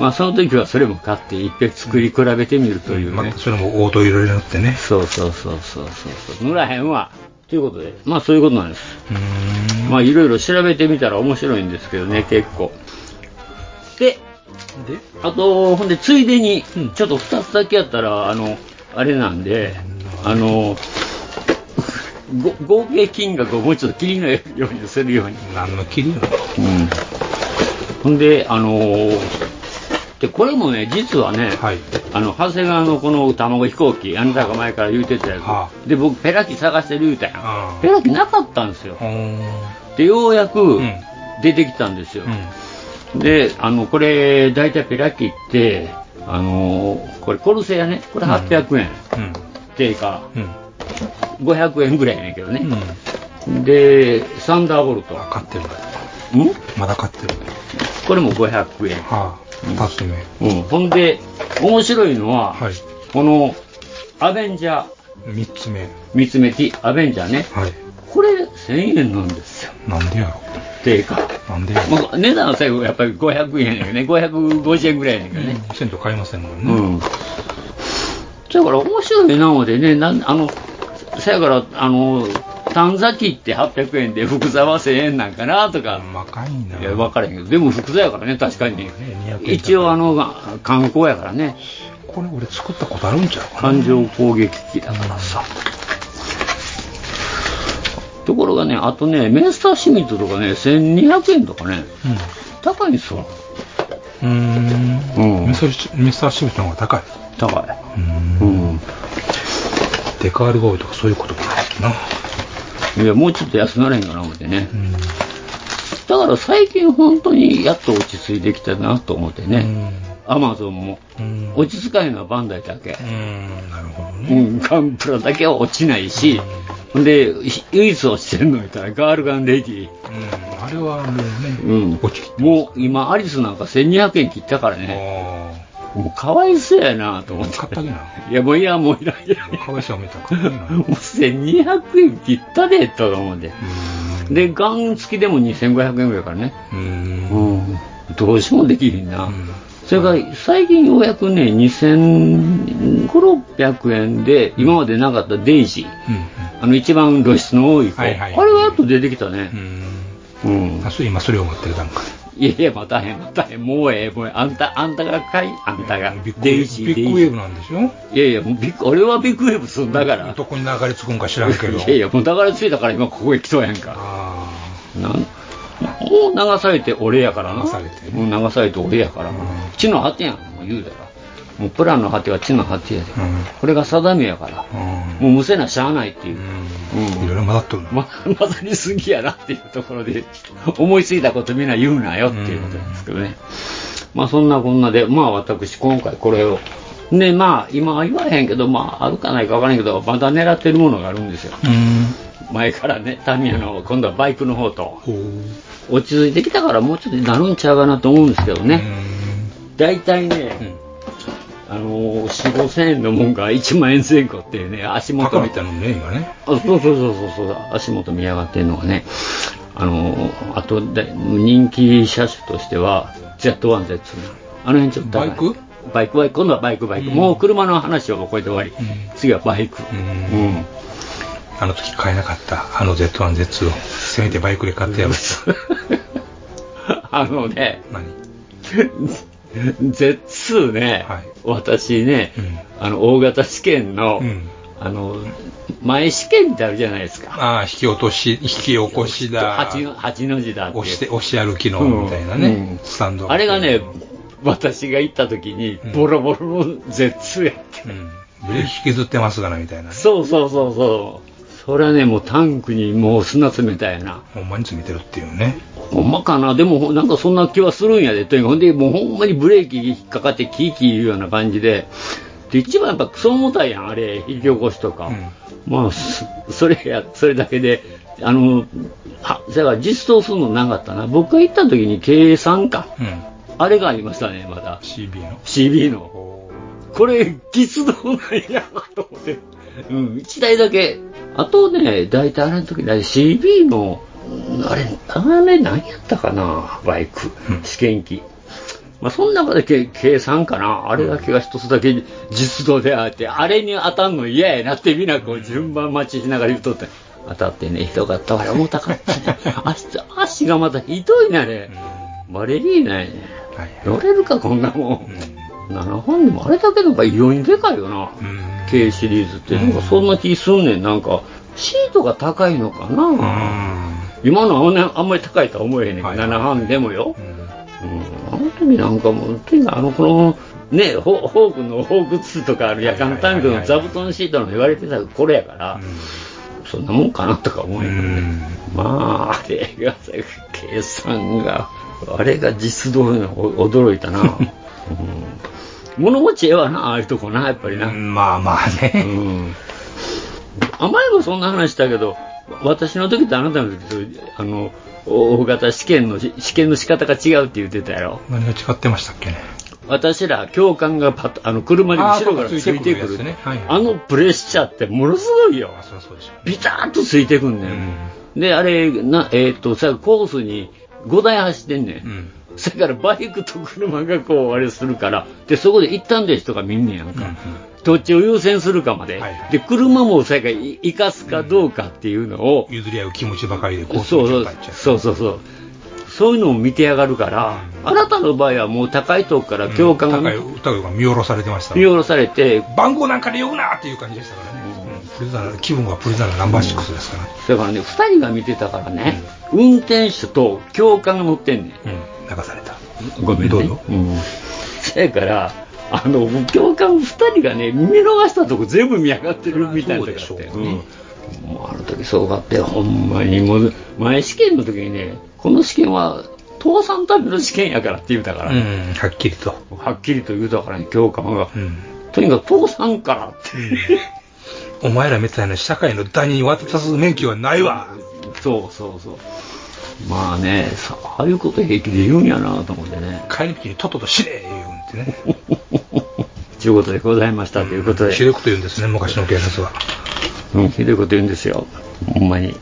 S9: まあその時はそれも買って一遍作り比べてみるというね、
S8: それもオート色になってね。
S9: そうそうそうそうそう塗らへんわということでまあそういうことなんですまあいろいろ調べてみたら面白いんですけどね結構であとほんでついでに、ちょっと2つだけやったらあのあれなんであのご合計金額をもうちょっと切りのようにするように
S8: 何の切りの
S9: ほんで、あのーで、これもね、実はね、あの、長谷川のこの卵飛行機、あなたが前から言うてたやつ、で、僕、ペラキ探してる言うたやん。ペラキなかったんですよ。で、ようやく出てきたんですよ。で、あの、これ、大体ペラキって、あのーこれ、コルセアね、これ800円、定価、500円ぐらいやねんけどね。で、サンダーボルト。
S8: 買ってる
S9: ん
S8: まだ買ってる。
S9: これも500円。
S8: 二つ目。
S9: うん、ほんで、面白いのは、このアベンジャー、
S8: 三つ目。
S9: 三つ目き、アベンジャーね、これ1000円なんですよ、
S8: なんでやろ
S9: 定価。
S8: なんでやろ
S9: もう値段は最後、やっぱり500円やねんけどね、550円ぐらいやねんけどね。
S8: 銭湯買いませんもん
S9: ね。うん。だから面白いなのでね、なんあの、さやから、あの、短冊切って800円で、福座は1000円なんかなとか。
S8: 若いな。
S9: いや、分からへんけど、でも福座やからね、確かに。
S8: 200円
S9: 一応、あの、が観光やからね。
S8: これ俺作ったことあるんちゃう
S9: 感情攻撃機だからさ。ところがね、あとね、メンスターシミットとかね、1200円とかね、高いんですわ。
S8: うーん。ミスターシミスターシミットの方が高い。
S9: 高い。
S8: うん。デカールゴールとかそういうことかな。
S9: いや、もうちょっと安なれへんかな、思ってね。だから最近本当にやっと落ち着いてきたなと思ってね。アマゾンも、落ち着かへんのはバンダイだけ、
S8: うん、なるほどね。
S9: うん、ガンプラだけは落ちないし、ほんで、ひ唯一落ちてるの言ったら、ガールガンレディ、
S8: うん、あれはもうね、
S9: うん、もう今、アリスなんか1200円切ったからね、もうかわいそうやなと思って、いや、もういや、もういらんいらん
S8: かわいそうやめたら
S9: もう1200円切ったでと思って、で、ガン付きでも2500円ぐらいからね、うんどうしようもできひんな、それから最近ようやくね、2500円で、今までなかったデイジー、あの一番露出の多い子、
S8: はいはい
S9: あれがやっと出てきたね。うん
S8: あそう今それを待ってる段階。
S9: いやいや、またへん、またへん、もうええ、もうええあんた、あんたがかい、あんたが。ビッ
S8: ビッグウェーブなんでしょ
S9: いやいや、もうビッグ、俺はビッグウェーブすんだから。
S8: どこに流れ着くんか知らんけど。
S9: いやいや、もう流れ着いたから今ここへ来そうやんか。なんもう流されて俺やからな。流されて。もう流されて俺やから。地の果てやん、もう言うたら。もうプランの果ては地の果てやで。これが定めやから。もうむせなしゃあないっていう。うん
S8: いろいろ混ざっとる
S9: ま、まさにすぎやなっていうところで、思いついたことみんな言うなよっていうことなんですけどね。まあそんなこんなで、まあ私今回これを、ね、まあ今は言わへんけど、まああるかないかわからんけど、まだ狙ってるものがあるんですよ。前からね、タミヤの今度はバイクの方と、落ち着いてきたからもうちょっとなるんちゃうかなと思うんですけどね。大体ね、あのー、4、5千円のもんが1万円前後っていうね、足元
S8: 高見たのね、今ね。
S9: あそうそうそうそうそう足元見上がってるのがねあのあとで人気車種としては Z1Z あの辺ちょっとバイクバイクバイク今度はバイクバイク、もう車の話はもうこれで終わり、次はバイク、うん
S8: あの時買えなかった、あの Z1Z を。せめてバイクで買ってやろ う。
S9: あのね Z2 ね、私ね、あの大型試験の、あの前試験ってあるじゃないですか
S8: ああ、引き落とし、引き起こしだ。
S9: 八の八の字だっていう
S8: 押して、押し歩きの、みたいなね、
S9: うん
S8: スタンド。
S9: あれがね、私が行った時に、ボロボロの Z2 やって、
S8: ブレーキ引きずってますがな、みたいな。
S9: そうそうそうそう。それはね、もうタンクにもう砂詰めたいな。
S8: ほんまに詰めてるっていうね。
S9: ほんまかなでも、なんかそんな気はするんやで。とにかく、ほんで、もうほんまにブレーキ引っかかってキーキーいうような感じで。で、一番やっぱクソ重たいやん、あれ、引き起こしとか。まあ、そそれや、それだけで、あの、は、だから実装するのなかったな。僕が行った時に計算か。
S8: うん。
S9: あれがありましたね、まだ。
S8: CB の。
S9: CB の。これ、実動ないやなと思って。うん、1台だけ。あとね、大体あれの時、大体 CB の、うんあれ、あれ何やったかな、バイク、試験機。まあ、その中でけ計算かな、あれだけが一つだけ実動であって、あれに当たんの嫌やなって、みんなこう順番待ちしながら言うとって、当たってね、ひどかったから重たかったね。 足足がまたひどいな、ねバレリーナやね。乗れるか、こんなもん。7本でもあれだけなんか異様にでかいよな、K シリーズって、なんかそんな気すんねん、なんか、シートが高いのかな、今のはあんなあんまり高いとは思えへんねん、7半でもよ、うんあの時なんかもう、とにかくあの、この、ね、ホホークのホーク2とかある夜間タンクの座布団シートの言われてたこれやから、そんなもんかなとか思うんやけどね、まあ、あれが、計算が、あれが実動に驚いた な。物持ちええわな、ああいうとこな、やっぱりな。
S8: まあまあね。
S9: うん。あまりもそんな話したけど、私の時とあなたの時と、あの、大型試験の、試験の仕方が違うって言ってたやろ。
S8: 何が違ってましたっけね。
S9: 私ら、教官がパッとあの、車に後ろから
S8: あ
S9: つ
S8: ー
S9: いてく
S8: そうかついてくるやつ
S9: る
S8: ねはい。
S9: あのプレッシャーってものすごいよ。ビターッとついてくんねん。で、あれ、な、えーっと、さ、コースに5台走ってんねん。それからバイクと車がこうあれするから、で、そこで一旦ですとか見んねやんか。どっちを優先するかまで。で、車もそれからい生かすかどうかっていうのを。
S8: 譲り合う気持ちばかりで
S9: こうそうそうそうそうそう。そういうのを見てやがるから、あなたの場合はもう高いとこから教官が見
S8: 高い歌が見下ろされてました。
S9: 見下ろされて、
S8: 番号なんかで呼ぶなっていう感じでしたからね。プレザー気分はプレザーナンバーシックスですから。
S9: だからね、2人が見てたからね、運転手と教官が乗ってんねん。
S8: 流された。
S9: ごめん、ね、どうぞ。せやから、あの、教官2人がね、見逃したとこ全部見上がってるみたいなとこあって。うんもうあの時そうがあって、ほんまにもう、前試験の時にね、この試験は倒産ための試験やからって言うたから、
S8: うん、はっきりと。
S9: はっきりと言うたからね教官が、とにかく倒産からって、
S8: お前らみたいな社会の第二に渡す免許はないわ。
S9: そうそうそうまあねさああいうこと平気で言うんやなと思って ね
S8: 帰り道にとっとと死ね言うんでね。
S9: ということでございましたということで、
S8: ひどいこと言うんですね、昔の警察は。
S9: うんひどいこと言うんですよほんまに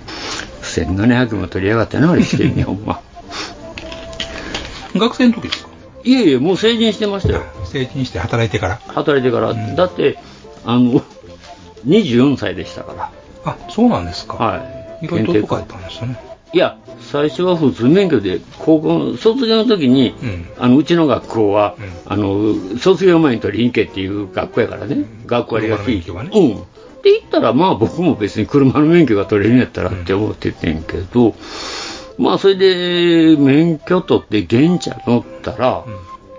S9: 1700も取りやがってなあれして んねほんま
S8: 学生の時ですか
S9: いえいえもう成人してましたよ
S8: 成人して働いてから。
S9: 働いてから、だってあの24歳でしたか
S8: あ、そうなんですから
S9: はい
S8: いろいろとかやったんですよね。
S9: いや最初は普通免許で高校の卒業の時に、
S8: うん
S9: あのうちの学校は、あの卒業前に取りに行けっていう学校やからね、学校割が
S8: 学校の免
S9: うんって言ったらまあ僕も別に車の免許が取れるんやったらって思っててんけど、まあそれで免許取って現地乗ったら、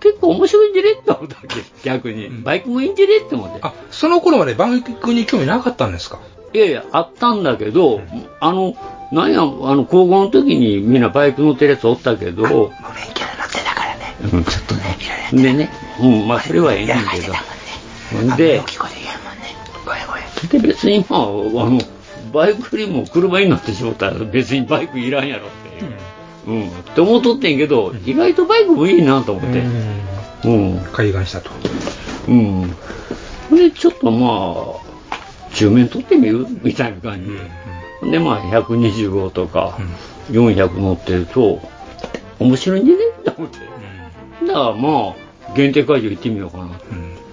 S9: 結構面白いんじゃねって思ったわけ逆に、バイクもいいんじゃねって思って
S8: あ、その頃までバイクに興味なかったんですか
S9: いやいや、あったんだけど、あの、なんや、あの、高校の時にみんなバイク乗ってるやつおったけど、無免許で乗ってたからね。うん、ちょっとね、でね、うん、まあ、それはええねんけど。で、で、別にまあ、あの、バイクよりも車になってしまったら別にバイクいらんやろっていう。うん、って思っとってんけど、意外とバイクもいいなと思って。うん。
S8: 開眼したと。
S9: うん。で、ちょっとまあ、中面取ってみるみたいな感じで。で、まあ、125とか、400乗ってると、面白いんじゃねって思って。だからまあ、限定会場行ってみようかな。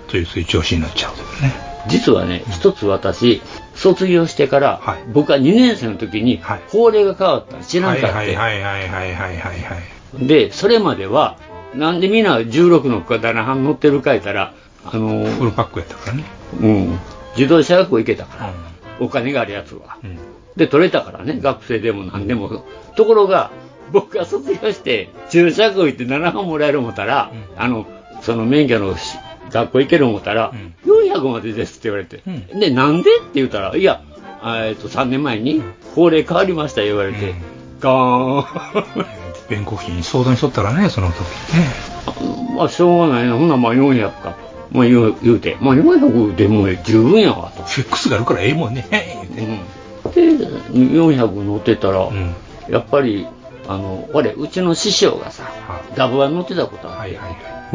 S8: という、そういう調子になっちゃうというね。
S9: 実はね、一つ私、卒業してから、
S8: はい
S9: 僕は2年生の時に
S8: はい、
S9: 法令が変わったの知ら
S8: は
S9: ん
S8: い
S9: かって。
S8: はいはいはいはいはいはいはい。
S9: で、それまでは、なんでみんな16の子だな、乗ってるかいたら、あの、
S8: フルパックやったからね。
S9: うん、自動車学校行けたから、
S8: う
S9: お金があるやつは、
S8: ん
S9: で取れたからね学生でも何でもところが僕が卒業して中車学校行って7本もらえる思ったら、あのその免許のし学校行ける思ったら、400までですって言われて、
S8: う
S9: でなんでって言ったらいやあえっと3年前に法令変わりました言われて、ガーン
S8: 弁護士に相談しとったらね、その時ね。
S9: まあしょうがないなほんならまあ400か、まあ、言う言うて、まあ、400でも十分やわと
S8: フェックスがあるからええもんね。へい言うて
S9: で400乗ってたら、
S8: ん
S9: やっぱりあの俺うちの師匠がさ、
S8: はい
S9: ダブは乗ってたことある、
S8: はいはい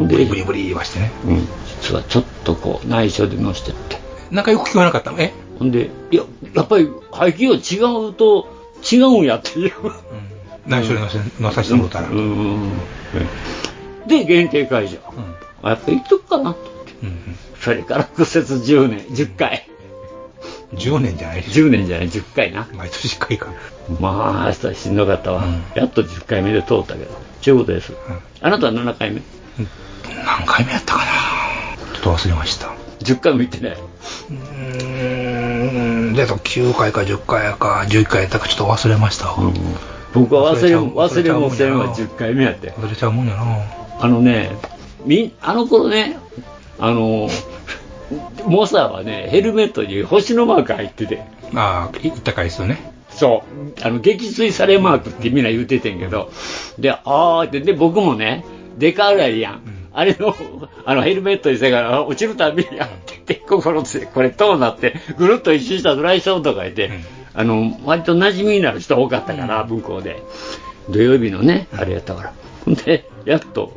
S8: はい。
S9: で
S8: ブリブリブリ言わしてね。
S9: うん実はちょっとこう内緒で乗してって
S8: なんかよく聞こえなかったのえ
S9: ほんでいややっぱり排気量違うと違うんやっていう
S8: 内緒で乗せ乗させてもらったら。
S9: うんうんうんで限定会場、あやっぱ行っとくかなと思って
S8: うん
S9: それから屈折10年10回
S8: 10年じゃないです
S9: 10年じゃない10回な
S8: 毎年1回か。
S9: まあ、明日しんどかったわ、
S8: うん
S9: やっと10回目で通ったけど、ちゅうことです、あなたは7回目、
S8: 何回目やったかなちょっと忘れました。
S9: 10回も行ってない、
S8: うーん、で、9回か10回か11回やったかちょっと忘れましたわ。
S9: 僕は忘れも
S8: 忘
S9: 忘
S8: れち
S9: れ
S8: ゃう
S9: もせんわ、
S8: 忘れちゃうもんやな
S9: 10回目やって、
S8: 忘れちゃうもんやな
S9: あのね、みんあの頃ね、あのモサはね、ヘルメットに星のマーク入ってて、
S8: ああ、行った回数ね。
S9: そう、あの撃墜されマークってみんな言うててんけど、で、あーって、で、僕もね、デカールややん。あれの、あの、ヘルメットにせがら、落ちるたびにやってて、心ついこれ、どうなって、ぐるっと一周したドライショーとか言って、あの、割と馴染みになる人多かったから、文庫で。土曜日のね、あれやったから。ほんで、やっと、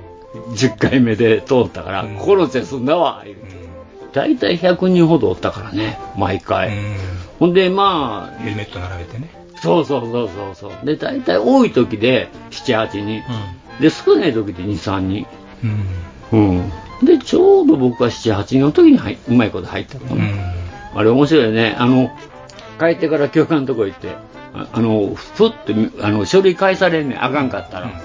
S9: 10回目で通ったから、心ついすんだわ、言うて。大体100人ほどおったからね、毎
S8: う
S9: 回。
S8: ん。
S9: ほんで、まあ、
S8: ヘルメット並べてね。
S9: そうそうそうそうそうで大体多い時で78人、で少ない時で23人
S8: うん。
S9: うんでちょうど僕は78人の時に入うまいこと入ったのか
S8: う
S9: な、
S8: ん。
S9: あれ面白いよねあの帰ってから教官のとこ行ってああのふってあの書類返されんねんあかんかったら、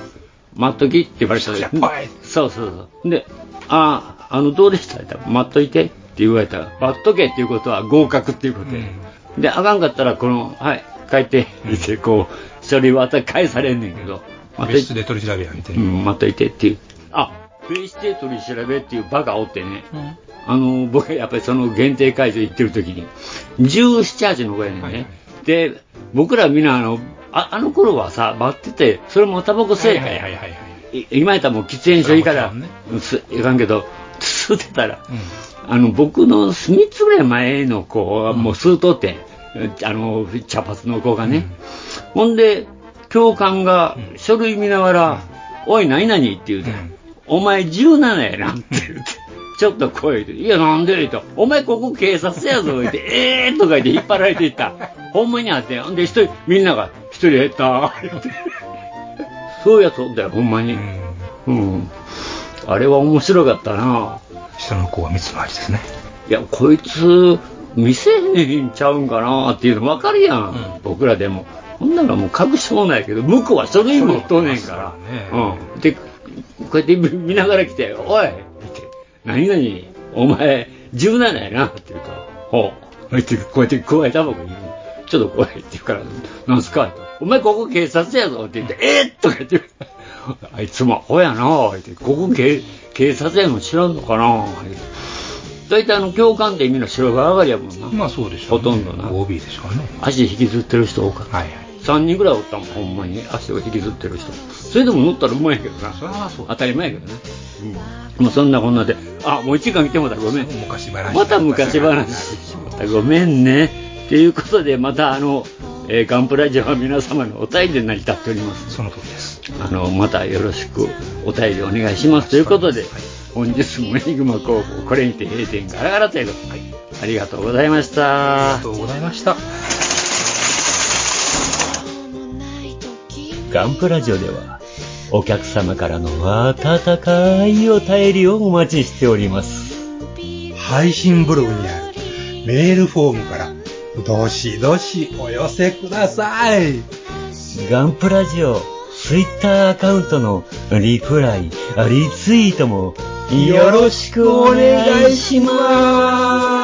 S9: 待っときって言われた
S8: やっばい
S9: そうそうそうで「ああのどうでした?」って言ったら待っといて」って言われたら「待っとけ」っていうことは合格っていうことで、であかんかったらこの「はい帰って」ってこう書類渡返されんねんけど待っと
S8: 別
S9: い
S8: 室
S9: て
S8: で取り調べやみたいうな。
S9: ん、待っといてっていう。あ、ベイステートに調べっていうバカおってね。あの、僕はやっぱりその限定会場行ってる時に、17、8の子やねんね。で、僕らみんなあの、ああの頃はさ、待ってて、それもタバコ吸えへん。
S12: はいはいはい
S9: い今やったらもう喫煙所いいから、すいかんけど、吸ってたら、あの僕の3つぐらい前の子はもう吸うとって、あの茶髪の子がね、ほんで、教官が書類見ながら、おい、何々って言うて、お前17やなって言って、ちょっと声で、いや、なんでと、お前ここ警察やぞ、言って、 えーとか言って引っ張られていった。ほんまにあって、ほんで一人、みんなが、一人減った、言 って。そういうやつおったよ、ほんまに。うん。あれは面白かったな。
S12: 下の子は三つの味ですね。
S9: いや、こいつ、見せへんちゃうんかなっていうの分かるやん、僕らでも。ほんならもう隠しもないけど、向こうは書類持っとんねんから。うん。で、こうやって見見ながら来て、おいって何々、お前、17やなって言うと、ほう。ってこうやって加えた僕に、ちょっと怖いって言うから、なんすかと。お前ここ警察やぞって言って、えー、とか言って、あいつもアホやなって、ここ警警察やの知らんのかなって大体あの教官ってみんな白髪上がりやもんな。まあそうでしょ、ほとんどな。OB でしょうね。足引きずってる人多かった。3人ぐらいおったもん、ほんまに。足を引きずってる人。それでも乗ったらうまいけどな。当たり前やけどね。もうそんなこんなで。あ、もう1時間来てもうた。ごめん。また昔話。ごめんね。ということで、またあの、えーガンプラジオは皆様のお便りで成り立っております。その通りです。あの、またよろしくお便りお願いします。ということで、本日もエニグマ工房、これにて閉店ガラガラということで、ありがとうございました。ありがとうございました。
S13: ガンプラジオでは、お客様からの温かいお便りをお待ちしております。
S8: 配信ブログにあるメールフォームから、どしどしお寄せください。
S13: ガンプラジオ、ツイッターアカウントのリプライ、リツイートもよろしくお願いします。
S8: します。